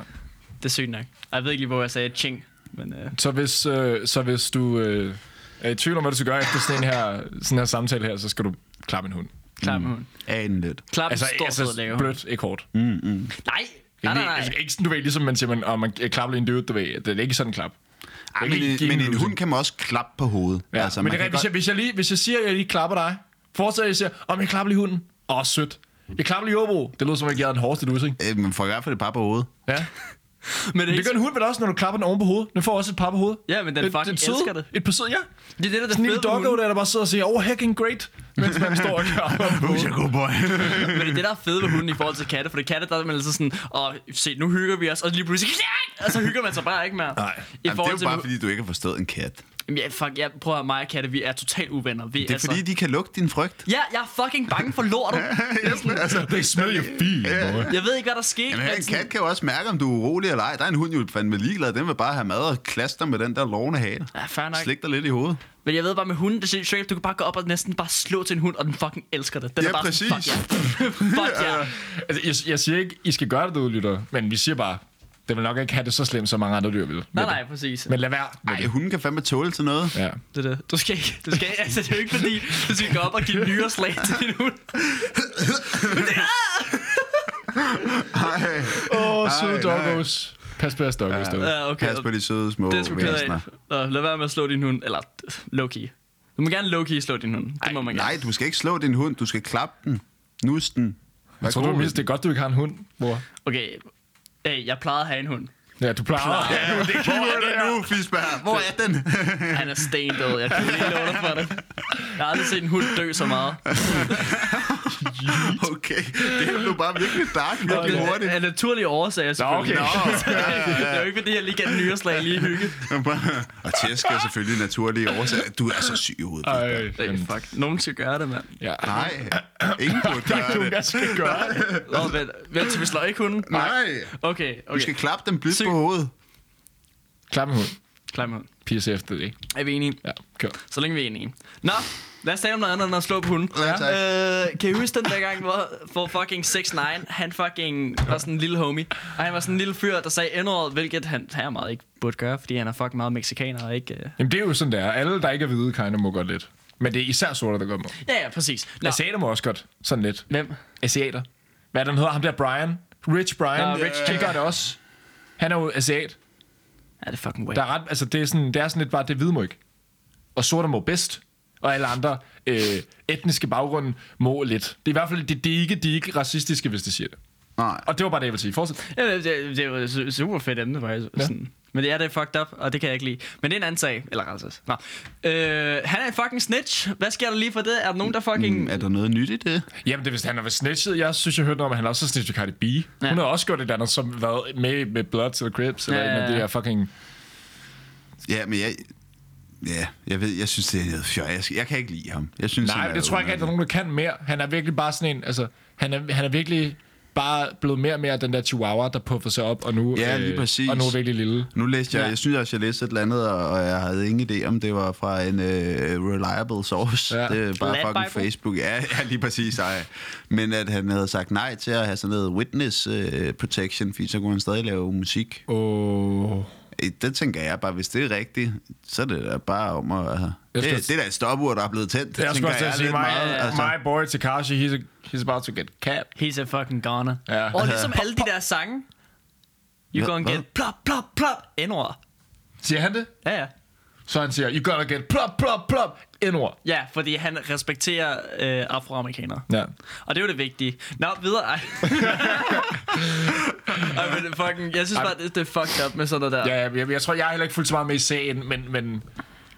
Speaker 2: Det er sygt nok. Og Jeg ved ikke lige, hvor jeg sagde ching. Men uh,
Speaker 3: Så hvis, øh, så hvis du øh, er i tvivl om, hvad du skal gøre efter sådan en her, sådan her samtale her, så skal du klappe en hund.
Speaker 2: klar med hunden.
Speaker 1: Anen lidt.
Speaker 2: Klar med altså, stor altså, lave. hund.
Speaker 3: blødt, ikke hårdt.
Speaker 2: Nej! Nej,
Speaker 3: Nej,
Speaker 2: nej,
Speaker 3: Altså,
Speaker 2: nej.
Speaker 3: ikke sådan, du ved, ligesom man siger, man, og man klapper lige en død, du ved. Det er ikke sådan en klap.
Speaker 1: Ej,
Speaker 3: Jeg kan ikke give
Speaker 1: men, men en
Speaker 3: lussing.
Speaker 1: hund kan man også klappe på hovedet.
Speaker 3: Ja, altså, men
Speaker 1: man
Speaker 3: det er,
Speaker 1: kan
Speaker 3: rigtigt, hvis, jeg,
Speaker 1: godt-
Speaker 3: hvis, jeg lige, hvis jeg siger, at jeg lige klapper dig, fortsætter jeg siger, om jeg klapper lige hunden. Åh, sødt. Jeg klapper lige Åbro. Det lyder som, om jeg giver den hårdeste lussing.
Speaker 1: Øh, man får i hvert fald et par på hovedet.
Speaker 3: Ja.
Speaker 2: Men det er
Speaker 3: Det
Speaker 2: ikke
Speaker 3: gør en hund vel også, når du klapper den oven på hovedet. Den får også et par på hovedet.
Speaker 2: Ja, men den
Speaker 3: Et-
Speaker 2: fucking
Speaker 3: et søde-
Speaker 2: elsker det.
Speaker 3: Et par søde, ja.
Speaker 2: Det er det, der er det
Speaker 3: Sådan en
Speaker 2: fede
Speaker 3: lille
Speaker 2: ved
Speaker 3: doggo,
Speaker 2: hunde.
Speaker 3: der, der bare sidder og siger, oh, hecking great, mens man står og klapper.
Speaker 1: Who's a good boy?
Speaker 2: Men det er det, der er fede ved hunden i forhold til katte. For det katte, der er man altid sådan, og se, nu hygger vi os, og lige pludselig, "Ja!" og så hygger man sig bare ikke mere. I
Speaker 3: Nej.
Speaker 1: Jamen, det er
Speaker 2: forhold
Speaker 1: jo
Speaker 2: til,
Speaker 1: bare, fordi du ikke har forstået en kat. Det
Speaker 2: Jamen, ja, fuck, jeg prøver at mig og katte, vi er totalt uvenner. Vi
Speaker 1: er fordi, de kan lugte din frygt.
Speaker 2: Ja, jeg er fucking bange for lortet. Jeg er sådan-
Speaker 3: They smell your feet, boy.
Speaker 2: jeg ved ikke, hvad der skete.
Speaker 1: Jamen,
Speaker 2: men
Speaker 1: en
Speaker 2: sådan-
Speaker 1: kat kan jo også mærke, om du er urolig eller ej. Der er en hund jo fandme ligeglad. Den vil bare have mad og klaster med den der lovende hale.
Speaker 2: Ja, fair nok.
Speaker 1: Slik dig lidt i hovedet.
Speaker 2: Men jeg ved bare med hunden, det er sindssygt, at du kan bare gå op og næsten bare slå til en hund, og den fucking elsker det. Den
Speaker 1: Ja,
Speaker 2: er bare
Speaker 1: præcis.
Speaker 2: Sådan, fuck ja. fuck ja.
Speaker 3: Altså, jeg, jeg siger ikke, I skal gøre det, du lytter, men vi siger bare, det vil nok ikke have det så slemt, som mange andre dyr vil. Men-
Speaker 2: Nej, nej, præcis.
Speaker 3: Men lad være. med
Speaker 1: Ej,
Speaker 3: det.
Speaker 1: hunden kan fandme tåle til noget.
Speaker 3: Ja.
Speaker 2: Det er det. Du skal ikke, du skal, altså det er jo ikke fordi, du skal gå op og give nyere slag til din hund.
Speaker 1: Ej,
Speaker 3: Åh, oh, søde
Speaker 1: nej.
Speaker 3: doggos. Pas på jeres doggos ja. derude.
Speaker 2: Ja, okay.
Speaker 1: pas på de søde små
Speaker 2: Det er sgu ked
Speaker 1: væsener.
Speaker 2: af. Nå, lad være med at slå din hund, eller low-key. Du må gerne low-key slå din hund. Det må man gerne.
Speaker 1: Nej, du skal ikke slå din hund. Du skal klappe den. Nus den.
Speaker 3: Jeg tror, du
Speaker 1: god.
Speaker 3: mindst, det er godt, du ikke har en hund, mor.
Speaker 2: Okay, hey, jeg plejede at have en hund.
Speaker 3: Ja, du plejer.
Speaker 1: Ja, Hvor er den nu, Fisberg? Hvor er den?
Speaker 2: Han er stendød. Jeg kan ikke love dig for det. Jeg har aldrig set en hund dø så meget.
Speaker 1: Okay, det her blev bare virkelig dark, virkelig hurtigt.
Speaker 2: Af naturlige årsager, selvfølgelig.
Speaker 3: okay.
Speaker 2: det er jo ikke, fordi jeg lige gav den nye slag lige i hygge.
Speaker 1: Og tæsk er selvfølgelig naturlige årsager. Du er så syg i hovedet.
Speaker 3: Ej,
Speaker 1: Fisberg.
Speaker 2: Hey,
Speaker 3: men-
Speaker 2: fuck. Nogen skal gøre det, mand.
Speaker 3: ja.
Speaker 1: Nej, ingen burde gøre det.
Speaker 3: Jeg skal gøre det.
Speaker 2: Nå, vent, vent til vi slår ikke hunden.
Speaker 1: Nej,
Speaker 2: Okay,
Speaker 1: du
Speaker 2: okay.
Speaker 1: skal klappe den blidt
Speaker 2: Syg.
Speaker 1: på hovedet.
Speaker 3: Klap en hund.
Speaker 2: Klar med hunden.
Speaker 3: PSF, det er det.
Speaker 2: Er vi enige?
Speaker 3: Ja, kør.
Speaker 2: Så længe vi er enige. Nå, lad os tale om noget andet end at slå på hunden.
Speaker 1: Ja, tak.
Speaker 2: øh, kan I huske den der gang, hvor, hvor fucking 6 9 han fucking var sådan en lille homie. Og han var sådan en lille fyr, der sagde endordet, hvilket han her meget ikke burde gøre, fordi han er fucking meget mexikaner og ikke... Øh...
Speaker 3: Jamen, det er jo sådan, det er. Alle, der ikke er hvide, kinder må godt lidt. Men det er især sorte, der godt må.
Speaker 2: Ja, ja, præcis. Nå,
Speaker 3: Asiater må også godt. Sådan lidt.
Speaker 2: hvem?
Speaker 3: asiater. Hvad er den hedder? Ham der Brian. Rich Brian.
Speaker 2: Nå, Rich,
Speaker 3: det gør det også. Han er jo asiat.
Speaker 2: Ja, det er fucking way.
Speaker 3: Der er ret, altså det er sådan, det er sådan lidt bare, det hvide må ikke. Og sorte må bedst. Og alle andre øh, etniske baggrunde må lidt. Det er i hvert fald, det, det er ikke, de er ikke racistiske, hvis de siger det.
Speaker 1: Nej.
Speaker 3: Og det var bare det, jeg ville sige. Fortsæt.
Speaker 2: Ja, det, det, det er jo et su- super fedt emne, faktisk. Ja. Sådan. Men det er det fucked up, og det kan jeg ikke lide. Men det er en anden sag. Eller altså. Nå. Øh, han er en fucking snitch. Hvad sker der lige for det? Er der nogen, der fucking...
Speaker 3: Mm.
Speaker 1: Mm, Er der noget nyt i det?
Speaker 3: Jamen, det er, hvis han har været snitchet. Jeg synes, jeg hørte noget om, at han også har snitchet Cardi B. Ja. Hun har også gjort et eller andet, som været med, med Bloods eller Crips, eller
Speaker 2: Ja,
Speaker 3: ja,
Speaker 2: ja,
Speaker 3: ja, ja. det
Speaker 2: ja.
Speaker 3: her fucking...
Speaker 1: Ja, men jeg... Ja, jeg ved, jeg synes, det er noget fjol. Jeg, jeg kan ikke lide ham. Jeg synes, han
Speaker 3: Nej,
Speaker 1: er
Speaker 3: det tror jeg ikke, at der er nogen, der kan mere. Han er virkelig bare sådan en, altså, han er, han er virkelig bare blevet mere og mere den der chihuahua, der puffer sig op, og nu,
Speaker 1: Ja, lige præcis.
Speaker 3: og nu er virkelig lille.
Speaker 1: Nu læste jeg,
Speaker 3: Ja.
Speaker 1: jeg synes også, jeg læste et eller andet, og, og jeg havde ingen idé om, det var fra en uh, reliable source.
Speaker 3: Ja.
Speaker 1: Ja. Det er bare
Speaker 2: Lad
Speaker 1: fucking
Speaker 2: Bible.
Speaker 1: Facebook. Ja, ja, lige præcis. Ej. Men at han havde sagt nej øh, til at have sådan noget witness uh, protection, fordi så kunne han stadig lave musik.
Speaker 3: Åh, oh,
Speaker 1: Øh, Der tænker jeg bare, hvis det er rigtigt, så er det da bare om at... Altså,
Speaker 3: Jeg
Speaker 1: det,
Speaker 3: skulle-
Speaker 1: det er da et stopur, der er blevet tændt. Det
Speaker 3: Jeg skulle også til at sige, my, øh,
Speaker 1: altså.
Speaker 3: my boy Takashi, he's, a, he's about to get capped.
Speaker 2: He's a fucking goner.
Speaker 3: Ja.
Speaker 2: Og ligesom alle de der sange, you
Speaker 1: Hvad-
Speaker 2: gonna
Speaker 1: hvad?
Speaker 2: get plop, plop, plop, endord.
Speaker 3: Siger han det?
Speaker 2: Ja, ja.
Speaker 3: Så han siger, you gotta get plop, plop, plop, N-ord.
Speaker 2: Ja, fordi han respekterer øh, afroamerikanere.
Speaker 3: Ja.
Speaker 2: Og det er jo det vigtige. Nå, videre. Ej. Ej, men fucking, jeg synes bare, det, det er fucked up med sådan noget der.
Speaker 3: Ja, jeg, jeg tror, jeg har heller ikke fulgt så meget med i sagen, men, men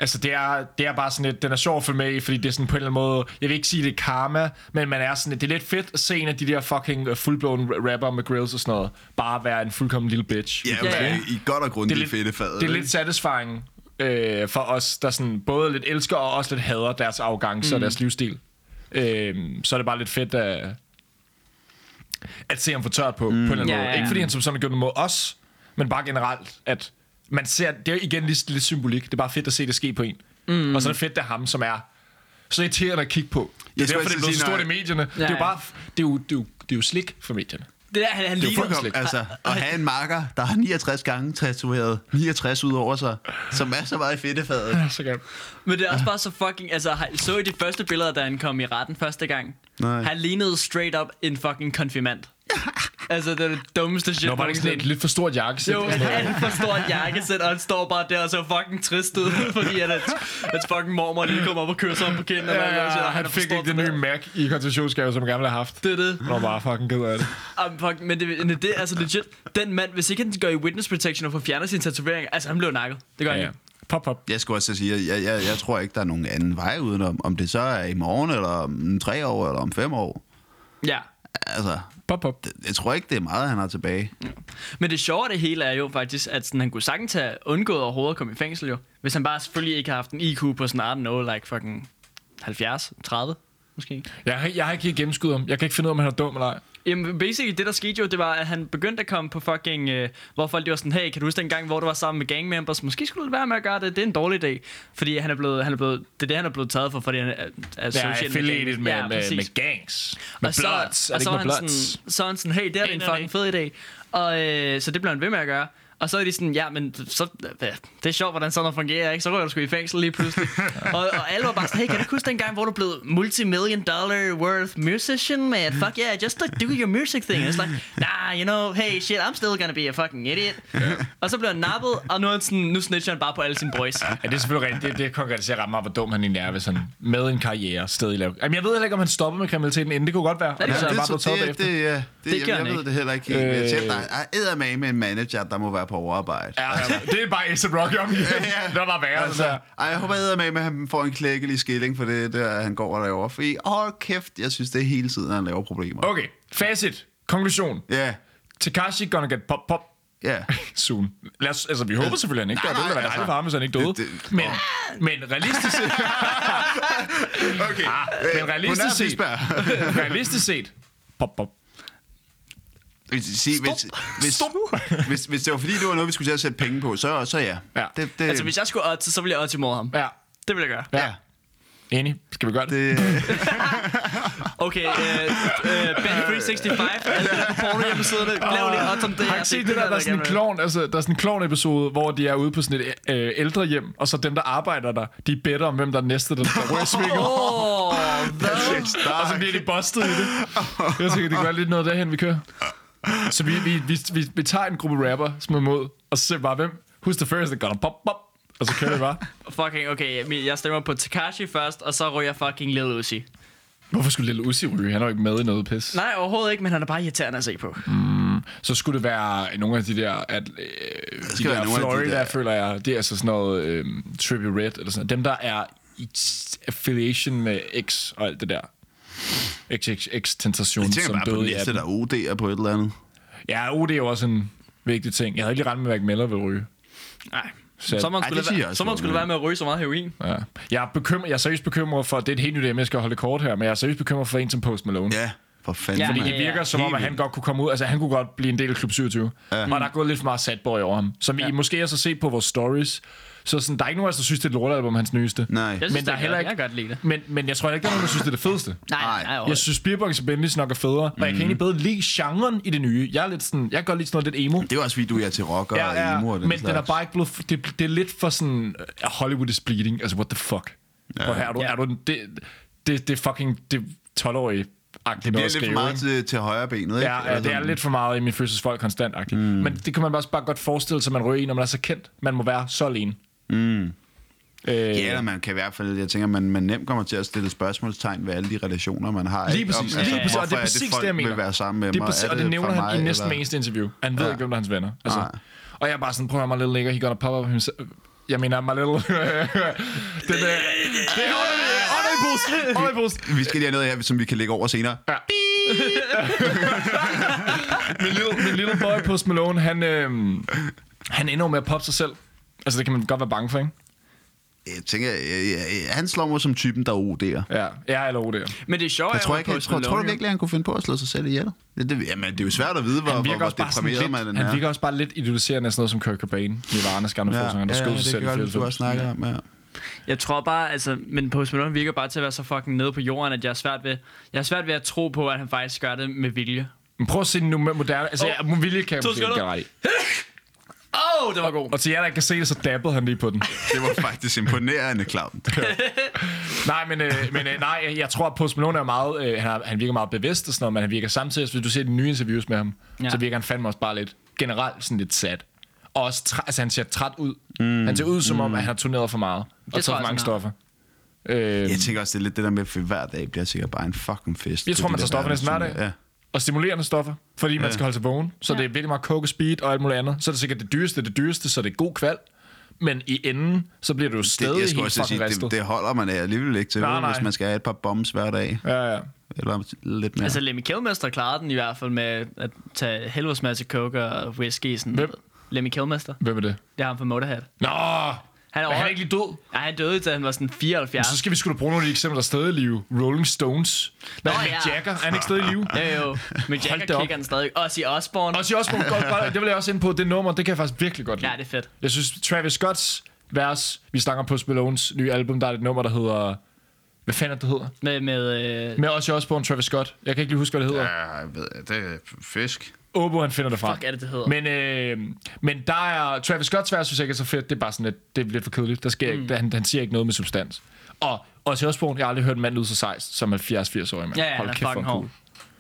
Speaker 3: altså, det er, det er bare sådan lidt, den er sjov at følge med i, fordi det er sådan på en eller anden måde, jeg vil ikke sige, det er karma, men man er sådan, det er lidt fedt at se en af de der fucking øh, fullblown rapper med grills og sådan noget, bare være en fuldkommen lille bitch.
Speaker 1: Ja,
Speaker 2: Ja,
Speaker 1: ja,
Speaker 2: ja.
Speaker 1: I er godt og grundigt fedt fadet.
Speaker 3: det er lidt satisfying øh, for os, der sådan både lidt elsker og også lidt hader deres arrogance mm. og deres livsstil. Øh, så er det bare lidt fedt at, at se ham få tørt på, mm. på en eller anden
Speaker 2: Ja,
Speaker 3: måde.
Speaker 2: ja, ja.
Speaker 3: Ikke fordi han som sådan har gjort noget mod os, men bare generelt, at man ser, det er jo igen lidt, lidt symbolik. Det er bare fedt at se det ske på en. Mm. Og så er det fedt, det er ham, som er så irriterende at kigge på. Det
Speaker 1: Jeg
Speaker 3: er
Speaker 1: skulle
Speaker 3: derfor, det
Speaker 1: altid
Speaker 3: er blevet så
Speaker 1: sige,
Speaker 3: stort
Speaker 1: når-
Speaker 3: i medierne. det, er jo
Speaker 2: ja.
Speaker 3: bare, det, er jo, det, er jo, det er jo slik for medierne.
Speaker 2: Det der, han, han
Speaker 3: jo
Speaker 2: ligner
Speaker 3: fucking-
Speaker 1: Fuldkommen, altså, at have en marker, der har 69 gange tatoveret 69 ud over sig, som er så meget i fedtefadet.
Speaker 3: Ja, så kan
Speaker 2: Men det er også bare så fucking... Altså, har- så I de første billeder, da han kom i retten første gang?
Speaker 1: Nej.
Speaker 2: Han lignede straight up en fucking konfirmand. altså, det er det dummeste shit.
Speaker 3: Nå, var det ikke sådan et
Speaker 2: nogensinde.
Speaker 3: lidt for stort jakkesæt?
Speaker 2: jo,
Speaker 3: eller
Speaker 2: han
Speaker 3: sådan noget?
Speaker 2: havde for stort jakkesæt, og han står bare der og så fucking trist ud, fordi at, at, at fucking mormor lige kommer op og kysser ham på kinden. og man-
Speaker 3: Ja,
Speaker 2: og siger,
Speaker 3: ja,
Speaker 2: "Ej,
Speaker 3: han
Speaker 2: du
Speaker 3: fik
Speaker 2: forstår
Speaker 3: ikke den nye Mac i koncentrationsgave, som han gerne ville have haft.
Speaker 2: Det er det.
Speaker 3: Han var bare fucking ked af det.
Speaker 2: Um, fuck, men det, men det er altså legit. Den mand, hvis ikke han går i witness protection og får fjernet sin tatovering, altså han blev nakket. Det gør
Speaker 3: Ja,
Speaker 2: han
Speaker 3: ja.
Speaker 2: ikke.
Speaker 3: Pop, pop.
Speaker 1: Jeg skulle også sige, at jeg, jeg, jeg tror ikke, der er nogen anden vej udenom. Om det så er i morgen, eller om tre år, eller om fem år.
Speaker 2: Ja.
Speaker 1: Altså,
Speaker 3: Pop, pop.
Speaker 1: det- jeg tror ikke, det er meget, han har tilbage.
Speaker 2: Men det sjove af det hele er jo faktisk, at sådan, han kunne sagtens have undgået overhovedet at komme i fængsel jo, hvis han bare selvfølgelig ikke har haft en IQ på sådan, I don't know, like fucking 70, 30 måske.
Speaker 3: Jeg, har- jeg har ikke helt gennemskud om. Jeg kan ikke finde ud af, om han er dum eller ej.
Speaker 2: Jamen, basically, det der skete jo, det var, at han begyndte at komme på fucking... Øh, hvor folk de var sådan, hey, kan du huske den gang, hvor du var sammen med gangmembers? Måske skulle du lade være med at gøre det, det er en dårlig idé. Fordi han er blevet, han er blevet, det er det, han er blevet taget for, fordi han er, er
Speaker 3: Jeg er
Speaker 2: associated
Speaker 3: affiliated
Speaker 2: gang-
Speaker 3: med,
Speaker 2: Ja,
Speaker 3: med, med,
Speaker 2: præcis.
Speaker 3: med gangs. Med
Speaker 2: og
Speaker 3: bloods.
Speaker 2: Så,
Speaker 3: Er
Speaker 2: og
Speaker 3: det
Speaker 2: så,
Speaker 3: ikke
Speaker 2: var
Speaker 3: med
Speaker 2: han
Speaker 3: bloods?
Speaker 2: sådan, så var han sådan, hey, det her er en
Speaker 4: Aner
Speaker 2: fucking fed idé. Og øh, så det blev en ved med at gøre. Og så er de sådan, ja, men så, øh, det er sjovt, hvordan sådan noget fungerer, ikke? Så rører du sgu i fængsel lige pludselig. og, og alle var bare sådan, hey, kan du ikke huske dengang, hvor du blev multimillion dollar worth musician, man? Fuck yeah, just like, do your music thing. It's like, nah, you know, hey, shit, I'm still gonna be a fucking idiot. og så blev han nappet, og nu, er han sådan, nu snitcher han bare på alle sine boys.
Speaker 3: Ja, det er selvfølgelig rigtigt. Det, det konkretiserer ret meget, hvor dum han egentlig er, hvis han med en karriere stadig laver. Jamen, jeg ved heller ikke, om han stopper med kriminaliteten inden. Det kunne godt være. Og
Speaker 2: det
Speaker 3: så er han bare blevet
Speaker 1: det,
Speaker 3: taget
Speaker 1: det, det,
Speaker 3: bagefter.
Speaker 1: det, ja, det, det jeg,
Speaker 2: gør han
Speaker 1: jeg ved
Speaker 2: ikke.
Speaker 1: det heller ikke helt. Øh... Jeg
Speaker 3: Øh.
Speaker 1: tænker, der er eddermame med en manager, der må være på overarbejde.
Speaker 3: Ja, ja, det er bare Ace Rocky om igen.
Speaker 1: ja.
Speaker 3: Det var bare værre.
Speaker 1: Altså,
Speaker 3: Altså.
Speaker 1: ej, jeg håber eddermame, at han får en klækkelig skilling for det, der han går og laver. Fordi, hold kæft, jeg synes, det er hele tiden, han laver problemer.
Speaker 3: Okay, facit. Konklusion.
Speaker 1: Ja,
Speaker 3: Takashi gonna get pop, pop.
Speaker 1: ja.
Speaker 3: soon. Lad os, altså, vi håber selvfølgelig, at han ikke
Speaker 1: Øh, Nej,
Speaker 3: gør det.
Speaker 1: nej,
Speaker 3: Det ville være dejligt
Speaker 1: altså.
Speaker 3: for ham, hvis han ikke døde.
Speaker 1: Det- det-
Speaker 3: Men, men realistisk set...
Speaker 1: Okay.
Speaker 3: Ah, men realistisk set... realistisk set... Pop, pop.
Speaker 1: Hvis, sige, hvis, hvis,
Speaker 3: Stop.
Speaker 1: hvis, hvis det var fordi, det var noget, vi skulle til at sætte penge på, så, så ja.
Speaker 3: Ja.
Speaker 1: Det, det,
Speaker 2: altså, hvis jeg skulle odds, så ville jeg odds imod ham.
Speaker 3: Ja,
Speaker 2: Det ville jeg gøre.
Speaker 3: ja. Enig. Skal vi gøre det?
Speaker 1: det,
Speaker 2: Okay, øh, øh, Ben365, alle der på porno hjemmesiderne, lav lige odds om det.
Speaker 3: Har I ikke set det der, der er sådan en klovn, altså, der er sådan en klovn episode, hvor de er ude på sådan et øh, ældre hjem, og så dem, der arbejder der, de er bedre om, hvem der er næste, der der ryger svinget.
Speaker 2: Åh, hvad?
Speaker 3: Og så bliver de bustet i det. Jeg tænker, det gør lidt noget derhen, vi kører. Så vi, vi, vi, vi, vi tager en gruppe rapper, som er mod, og så ser vi bare, hvem? Who's the first that got a pop, pop? Og så kører vi bare.
Speaker 2: Fucking, okay, men jeg stemmer på Takashi først, og så ryger jeg fucking Lil Uzi.
Speaker 3: Hvorfor skulle Lille Uzi ryge? Han er jo ikke med i noget pis.
Speaker 2: Nej, overhovedet ikke, men han er bare irriterende at se på.
Speaker 3: Så skulle det være nogle af de der, at, øh, de
Speaker 1: være
Speaker 3: der
Speaker 1: nogle af de
Speaker 3: Florida, de der...
Speaker 1: der-
Speaker 3: føler jeg, det er altså sådan noget øh, Trippie Red, eller sådan noget. Dem, der er i affiliation med X og alt det der. XXX-tentation,
Speaker 1: jeg tænker
Speaker 3: som
Speaker 1: bare på den
Speaker 3: døde i
Speaker 1: næste,
Speaker 3: 18.
Speaker 1: der OD'er på et eller andet.
Speaker 3: Ja, uh, det er jo også en vigtig ting. Jeg havde ikke lige regnet med, at Mac Miller ville ryge.
Speaker 2: Nej.
Speaker 3: Sæt.
Speaker 2: Så man
Speaker 1: Ej,
Speaker 2: skulle,
Speaker 1: det siger jeg
Speaker 2: være,
Speaker 1: også
Speaker 2: så man
Speaker 1: noget,
Speaker 2: skulle
Speaker 1: men-
Speaker 2: være med at ryge så meget heroin.
Speaker 3: Ja. Jeg, er bekymret, jeg er seriøst bekymret for, det er et helt nyt emne, jeg skal holde det kort her, men jeg er seriøst bekymret for en som Post Malone.
Speaker 1: Ja. For fanden.
Speaker 2: Ja,
Speaker 1: mand.
Speaker 3: Fordi det
Speaker 2: ja.
Speaker 3: virker som om,
Speaker 1: Helt
Speaker 3: at han godt kunne komme ud. Altså, han kunne godt blive en del af Klub 27. Ja. Og der er gået lidt for meget satboy over ham. Som ja. I måske også har set på vores stories. Så sådan, der er ikke nogen af os, der synes, det er et lortalbum, hans nyeste.
Speaker 1: Nej.
Speaker 2: Jeg synes,
Speaker 3: Men der er heller ikke...
Speaker 2: Jeg kan godt lide det.
Speaker 3: Men, men jeg tror heller ikke, der er nogen, der synes, det er det fedeste.
Speaker 1: Nej. Mhm.
Speaker 2: Nej, nej,
Speaker 3: Jeg
Speaker 2: overhovedet.
Speaker 3: synes, Beerbox og Bendis nok er federe, mm. og jeg kan egentlig bedre lide genren i det nye. Jeg er lidt sådan, jeg kan godt lide sådan noget lidt emo.
Speaker 1: Det er også fordi, du er til rocker
Speaker 3: Ja, ja,
Speaker 1: og emo og den
Speaker 3: men
Speaker 1: slags.
Speaker 3: den er bare ikke blevet... f- Det, det er lidt for sådan... øh, Hollywood is bleeding. Altså, what the fuck? Ja. Hvor her er du...
Speaker 2: Ja.
Speaker 3: Er du en- det, det, det er fucking... Det er 12-årige agtigt
Speaker 1: det
Speaker 3: noget
Speaker 1: er
Speaker 3: at
Speaker 1: lidt
Speaker 3: skrive,
Speaker 1: for meget
Speaker 3: ikke?
Speaker 1: til, til højre benet, ikke? Altså,
Speaker 3: Ja, ja, det er
Speaker 1: sådan-
Speaker 3: lidt for meget i min følelses folk konstant mm. Men det kan man også bare godt forestille sig, man ryger i, når man er så kendt. Man må være så alene. Mm. Øh,
Speaker 1: Ja, eller man kan i hvert fald, jeg tænker, man, man nemt kommer til at stille spørgsmålstegn ved alle de relationer, man har.
Speaker 3: Lige
Speaker 1: ikke?
Speaker 3: præcis.
Speaker 1: Om, altså,
Speaker 3: lige præcis.
Speaker 1: hvorfor
Speaker 3: Og det er præcis det,
Speaker 1: folk
Speaker 3: jeg mener.
Speaker 1: Vil være sammen med
Speaker 3: det er
Speaker 1: mig?
Speaker 3: præcis,
Speaker 1: Er
Speaker 3: og det,
Speaker 1: det
Speaker 3: nævner
Speaker 1: for
Speaker 3: han
Speaker 1: mig,
Speaker 3: i næsten
Speaker 1: eller?
Speaker 3: hver eneste interview. Han ved
Speaker 1: Ja.
Speaker 3: ikke, hvem der er hans venner. Altså.
Speaker 1: Nej.
Speaker 3: Og jeg er bare sådan, prøv at høre, my little nigga, he gonna pop up himself. Jeg mener, my little... det er... Det er honorable, honorable, honorable.
Speaker 1: Vi skal lige have noget her, som vi kan lægge over senere.
Speaker 3: Ja. min, lille, min lille boy Post Malone, han, øh, han ender jo med at poppe sig selv. Altså, det kan man godt være bange for, ikke?
Speaker 1: Jeg tænker, jeg, jeg, jeg, han slår mig som typen, der OD'er.
Speaker 3: Ja, ja eller OD.
Speaker 2: Men det er sjovt,
Speaker 1: Jeg tror, ikke, jeg tror, tror du virkelig, han kunne finde på at slå sig selv ihjel? Det, det, jamen, det er jo svært at vide, hvor,
Speaker 3: Han
Speaker 1: hvor,
Speaker 3: virker,
Speaker 1: hvor
Speaker 3: også bare sådan
Speaker 1: deprimeret man
Speaker 3: lidt,
Speaker 1: den
Speaker 3: han
Speaker 1: er.
Speaker 3: virker også bare lidt idoliserende af sådan noget som Kurt Cobain, Nirvana, Skarnefosang, ja, der skød sig selv i
Speaker 1: det godt, du har
Speaker 3: 94.
Speaker 1: snakket om, ja.
Speaker 2: Jeg tror bare, altså, men Post Malone virker bare til at være så fucking nede på jorden, at jeg er svært ved, jeg er svært ved at tro på, at han faktisk gør det med vilje.
Speaker 3: Men prøv at se den nu med moderne... Altså,
Speaker 2: Åh,
Speaker 3: oh, jeg, vilje kan jeg
Speaker 2: to
Speaker 3: måske ikke
Speaker 2: sekunder.
Speaker 3: gøre i.
Speaker 2: Åh, oh, det var god.
Speaker 3: Og til jer, der ikke kan se det, så dabbede han lige på den.
Speaker 1: Det var faktisk imponerende, Clausen.
Speaker 3: nej, men, øh, men øh, nej, jeg tror, at Post Malone er meget... Øh, han, er, han virker meget bevidst og sådan noget, men han virker samtidig... Hvis du ser de nye interviews med ham, ja.
Speaker 2: Ja.
Speaker 3: så virker han fandme også bare lidt... Generelt sådan lidt sad. Og også, træ, altså, han ser træt ud. Mm. Han ser ud, som om, at han har turneret for meget. Og
Speaker 2: tror
Speaker 3: taget
Speaker 2: jeg,
Speaker 3: for mange
Speaker 2: han har.
Speaker 3: stoffer. Øh,
Speaker 1: Jeg tænker også, det er lidt det der med, for hver dag bliver sikkert bare en fucking fest.
Speaker 3: Jeg tror,
Speaker 1: Fordi
Speaker 3: man tager
Speaker 1: det
Speaker 3: stoffer
Speaker 1: der-
Speaker 3: næsten hver dag.
Speaker 1: Ja.
Speaker 3: og stimulerende stoffer, fordi man
Speaker 1: Ja.
Speaker 3: skal holde sig vågen. Så det er virkelig meget coke og speed og alt muligt andet. Så er det sikkert det dyreste, det dyreste, så det er god kval. Men i enden, så bliver du jo stadig
Speaker 1: Det, jeg
Speaker 3: det,
Speaker 1: skulle
Speaker 3: helt
Speaker 1: også
Speaker 3: fucking
Speaker 1: sige,
Speaker 3: ristet.
Speaker 1: det, det holder man af alligevel ikke til,
Speaker 3: Nej,
Speaker 1: nej, nej.
Speaker 3: nej.
Speaker 1: hvis man skal have et par bombs hver dag.
Speaker 3: Ja, ja.
Speaker 1: Eller lidt mere.
Speaker 2: Altså, Lemmy Kilmister klarede den i hvert fald med at tage helvedes masse coke og whisky. Sådan.
Speaker 3: Hvem?
Speaker 2: Lemmy Kilmister.
Speaker 3: Hvem er det?
Speaker 2: Det er ham fra Motorhead.
Speaker 3: Nå!
Speaker 2: Han er,
Speaker 3: Men han
Speaker 2: over...
Speaker 3: er ikke lige død.
Speaker 2: Nej, han døde, da han var sådan 74.
Speaker 3: Så skal vi skulle bruge nogle af de eksempler, der er stadig i live. Rolling Stones. Nå,
Speaker 2: Nå,
Speaker 3: Mick
Speaker 2: ja.
Speaker 3: Jagger. Er han ikke stadig i live?
Speaker 2: Ja, jo. Men Jack
Speaker 3: da op.
Speaker 2: kigger den stadig. Ozzy Osbourne.
Speaker 3: Og så også godt, godt, det vil jeg også ind på, det nummer, det kan jeg faktisk virkelig godt lide.
Speaker 2: Ja, det er fedt.
Speaker 3: Jeg synes, Travis Scotts vers, vi snakker på Malones nye album, der er et nummer, der hedder... Hvad fanden er det, det hedder?
Speaker 2: Med, med øh,
Speaker 3: Med også også på en Travis Scott. Jeg kan ikke lige huske, hvad det hedder.
Speaker 1: Ja, jeg ved, det er fisk.
Speaker 3: Obo, han finder det frem.
Speaker 2: Fuck, er det, det hedder?
Speaker 3: Men, øh, men der er... Travis Scott's vers, synes jeg ikke er så fedt. Det er bare sådan lidt, det er lidt for kedeligt. Der sker mm. ikke, han, han siger ikke noget med substans. Og også i Osborne, jeg har aldrig hørt en mand lyde så sejst, som 70-80-årig mand.
Speaker 2: ja, ja, han er
Speaker 3: hvor
Speaker 2: fucking
Speaker 3: han
Speaker 2: hård.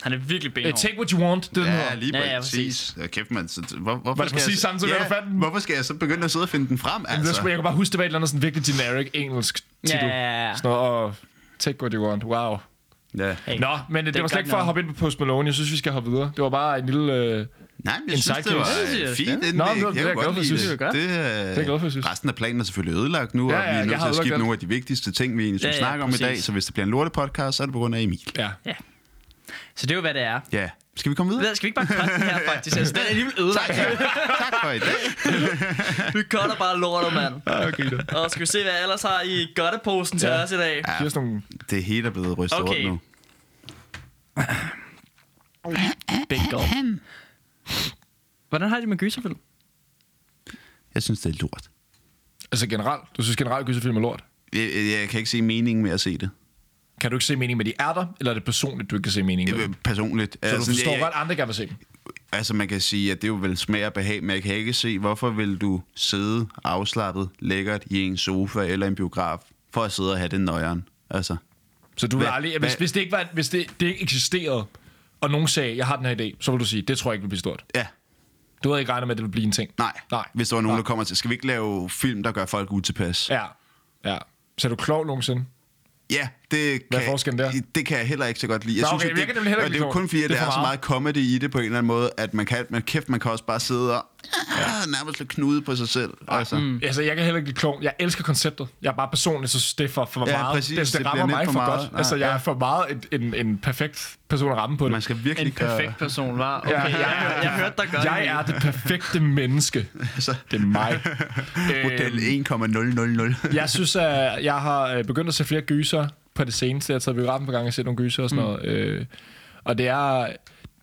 Speaker 2: Han er virkelig
Speaker 3: Øh,
Speaker 2: benhård.
Speaker 3: take what you want, det er den
Speaker 1: Ja,
Speaker 3: hedder.
Speaker 1: lige
Speaker 2: Ja, ja,
Speaker 1: præcis. Ja, kæft, man. Så, hvor, hvorfor
Speaker 3: Var det
Speaker 1: skal
Speaker 3: præcis
Speaker 1: jeg, så-
Speaker 3: samme, som jeg fandt den?
Speaker 1: Hvorfor skal jeg så begynde at sidde og finde den frem,
Speaker 3: Altså.
Speaker 1: altså?
Speaker 3: Jeg kan bare huske, det var et eller andet sådan virkelig generic engelsk titel.
Speaker 2: Ja, ja, ja.
Speaker 3: Sådan noget, og take what you want, wow.
Speaker 1: Ja.
Speaker 2: Hey.
Speaker 3: Nå, men øh, det, det var
Speaker 2: godt
Speaker 3: slet ikke for at
Speaker 2: nok.
Speaker 3: hoppe ind på Post Malone. Jeg synes, vi skal hoppe videre. Det var bare en lille... Øh,
Speaker 1: Nej, men jeg
Speaker 3: En
Speaker 1: synes, det var
Speaker 3: sidekick.
Speaker 1: øh,
Speaker 2: Ja,
Speaker 1: fint
Speaker 2: ja.
Speaker 1: indlæg.
Speaker 3: Nå, men det var- det er
Speaker 1: kunne
Speaker 3: jeg glad
Speaker 1: godt
Speaker 3: for, jeg
Speaker 1: lide
Speaker 3: synes,
Speaker 2: jeg gør.
Speaker 1: det, øh,
Speaker 3: er jeg glad for, jeg synes.
Speaker 1: Resten af planen er selvfølgelig ødelagt nu,
Speaker 3: Ja,
Speaker 1: ja, ja, og vi
Speaker 3: ja,
Speaker 1: er
Speaker 3: jeg
Speaker 1: nødt
Speaker 3: har
Speaker 1: til at
Speaker 3: ødelagt
Speaker 1: skippe
Speaker 3: alt.
Speaker 1: nogle af de vigtigste ting, vi egentlig skulle
Speaker 2: Ja, ja,
Speaker 1: snakke om i
Speaker 2: præcis.
Speaker 1: dag. Så hvis det bliver en lortepodcast, så er det på grund af Emil.
Speaker 3: ja.
Speaker 2: Så det er jo, hvad det er.
Speaker 1: Ja, skal vi komme videre?
Speaker 2: Ved- Skal vi ikke bare cutte den her, faktisk? Altså, den er alligevel ødelagt.
Speaker 1: tak for i dag.
Speaker 2: Vi cutter bare lortet, mand.
Speaker 1: Ah,
Speaker 3: Okay, da.
Speaker 2: Og skal vi se, hvad jeg ellers har i godteposen til
Speaker 3: Ja.
Speaker 2: os i dag.
Speaker 3: Ja. Sådan nogle
Speaker 1: Det hele er blevet rystet
Speaker 2: Okay.
Speaker 1: rundt nu.
Speaker 2: Big gulp. Hvordan har I det med gyserfilm?
Speaker 1: Jeg synes, det er lort.
Speaker 3: Altså generelt? Du synes generelt, at gyserfilm er lort?
Speaker 1: Jeg, jeg kan ikke se meningen med at se det.
Speaker 3: Kan du ikke se mening med, at de er der? Eller er det personligt, du ikke kan se mening med?
Speaker 1: Jeg,
Speaker 3: dem?
Speaker 1: personligt. Altså,
Speaker 3: Så du forstår
Speaker 1: jeg,
Speaker 3: godt, andre gerne vil se dem.
Speaker 1: Altså man kan sige, at det er jo vel smag og behag, men jeg kan ikke se, hvorfor vil du sidde afslappet, lækkert i en sofa eller en biograf, for at sidde og have den nøjeren. Altså,
Speaker 3: Så du vil
Speaker 1: Hvad-
Speaker 3: aldrig... Hvis,
Speaker 1: hvad-
Speaker 3: hvis, det ikke var, hvis det, det ikke eksisterede, og nogen sagde, jeg har den her idé, så vil du sige, det tror jeg ikke vil blive stort.
Speaker 1: ja,
Speaker 3: Du havde ikke regnet med, at det ville blive en ting.
Speaker 1: nej.
Speaker 3: Nej.
Speaker 1: Hvis der var nogen, der kommer til, skal vi ikke lave film, der gør folk utilpas? Ja,
Speaker 3: Ja. Ja. Så er du klog nogensinde?
Speaker 1: ja det,
Speaker 3: Hvad er
Speaker 1: kan,
Speaker 3: forskellen der?
Speaker 1: det kan jeg heller ikke så godt lide.
Speaker 3: Nå,
Speaker 1: jo,
Speaker 3: okay, men jeg kan
Speaker 1: det,
Speaker 3: nemlig heller
Speaker 1: og
Speaker 3: ikke
Speaker 1: det er jo
Speaker 3: lide
Speaker 1: kun fordi,
Speaker 3: det.
Speaker 1: at
Speaker 3: Det
Speaker 1: der
Speaker 3: er
Speaker 1: er,
Speaker 3: for
Speaker 1: så meget comedy i det på en eller anden måde, at man kan, man, kæft, man kan også bare sidde og ja. nærmest slå knude på sig selv. Altså. Mm.
Speaker 3: Altså, jeg kan heller ikke lide klovn. Jeg elsker konceptet. Jeg er bare personligt, så synes det er for, for
Speaker 1: Ja,
Speaker 3: meget.
Speaker 1: præcis.
Speaker 3: Det, det,
Speaker 1: Det
Speaker 3: rammer
Speaker 1: bliver
Speaker 3: mig
Speaker 1: lidt
Speaker 3: for,
Speaker 1: for meget.
Speaker 3: godt. Altså,
Speaker 1: Nej,
Speaker 3: jeg er for meget en, en, en perfekt person at ramme på det.
Speaker 1: Man skal virkelig
Speaker 2: En perfekt person, var. Okay,
Speaker 3: Ja,
Speaker 2: jeg,
Speaker 3: ja,
Speaker 2: jeg,
Speaker 3: ja.
Speaker 2: jeg hørte dig godt.
Speaker 3: Jeg er det perfekte menneske.
Speaker 1: Altså.
Speaker 3: Det er mig.
Speaker 1: Model
Speaker 3: Øh,
Speaker 1: 1,000.
Speaker 3: jeg synes, at jeg har øh, begyndt at se flere gyser på det seneste. Jeg har taget biografen på gang og set nogle gyser og sådan noget. Øh, og Og det er...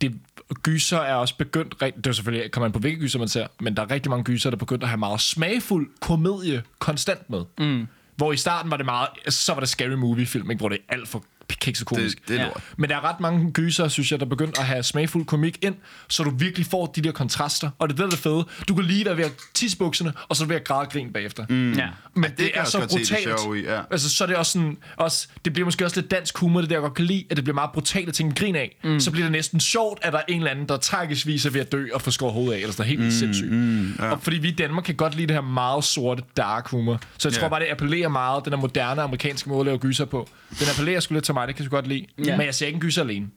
Speaker 3: Det, gyser er også begyndt... rigt- Det er jo selvfølgelig, kommer man på hvilke gyser man ser, men der er rigtig mange gyser, der er begyndt at have meget smagfuld komedie konstant med. Mm. Hvor i starten var det meget... Så var det scary movie-film, ikke? hvor det er alt for kikset komisk.
Speaker 1: Det- det er
Speaker 2: Ja. lort.
Speaker 3: Men der er ret mange gyser, synes jeg, der begynder at have smagfuld komik ind, så du virkelig får de der kontraster. Og det er det, der er fede. Du kan lige være ved at tisse bukserne, og så er du ved at græde og grine bagefter. Mm.
Speaker 2: Ja.
Speaker 3: Men
Speaker 1: Ja, det
Speaker 3: det, det
Speaker 1: kan
Speaker 3: er
Speaker 1: jeg også
Speaker 3: så
Speaker 1: godt se det
Speaker 3: brutalt.
Speaker 1: sjove i, ja.
Speaker 3: Altså, så er det også sådan... Også, det bliver måske også lidt dansk humor, det der jeg godt kan lide, at det bliver meget brutalt at tænke grin af. Mm. Så bliver det næsten sjovt, at der er en eller anden, der tragisk viser ved at dø og få skåret hovedet af, eller sådan noget helt mm, sindssygt. Mm, ja. Og fordi vi i Danmark kan godt lide det her meget sorte dark humor. Så jeg
Speaker 1: Ja.
Speaker 3: tror bare, det appellerer meget, den her moderne amerikanske måde at lave gyser på. Den appellerer sgu lidt til mig, det kan jeg sgu godt lide.
Speaker 2: Ja.
Speaker 3: Men jeg ser ikke en gyser alene.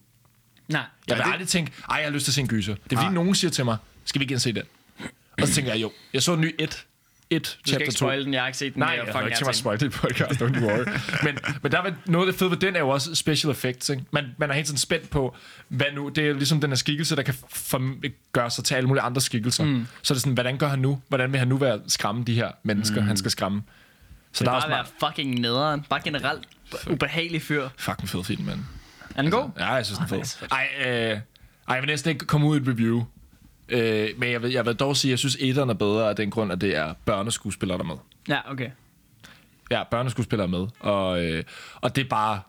Speaker 2: Nej.
Speaker 3: Jeg vil
Speaker 1: Ja, det-
Speaker 3: aldrig tænke, ej, jeg har lyst til at se en gyser. Det er fordi,
Speaker 1: Nej.
Speaker 3: nogen siger til mig, skal vi ikke ind og se den? Og så tænker jeg, jo, jeg så en ny 1. 1,
Speaker 2: Du skal
Speaker 3: chapter
Speaker 2: ikke
Speaker 3: 2.
Speaker 2: spoil den, jeg har ikke set den.
Speaker 3: Nej,
Speaker 2: men
Speaker 3: jeg har
Speaker 2: fucking
Speaker 3: ikke
Speaker 2: er
Speaker 3: tænkt mig at
Speaker 2: til
Speaker 3: spoil det i podcast, don't you worry. men, men der er vel- noget af det fede ved den er jo også special effects. Ikke? Man, man er helt sådan spændt på, hvad nu, det er ligesom den her skikkelse, der kan form- gøre sig til alle mulige andre skikkelser. Mm. Så er det sådan, hvordan gør han nu? Hvordan vil han nu være skræmme de her mennesker, mm. han skal skræmme? Så
Speaker 2: den.
Speaker 3: der er
Speaker 2: Bare
Speaker 3: også
Speaker 2: være
Speaker 3: meget
Speaker 2: fucking nederen. Bare generelt ubehagelig fyr. Altså.
Speaker 3: fucking fed film, mand.
Speaker 2: Er den god?
Speaker 3: Ja, jeg synes, den
Speaker 2: Ej,
Speaker 3: er
Speaker 2: nice.
Speaker 3: fed. Ej, øh, ej, jeg vil næsten ikke komme ud i et review. Øh, men jeg vil, jeg vil dog sige, at jeg synes, etteren er bedre af den grund, at det er børneskuespillere, der er med.
Speaker 2: Ja, okay.
Speaker 3: Ja, børneskuespillere er med. Og, øh, og det er bare...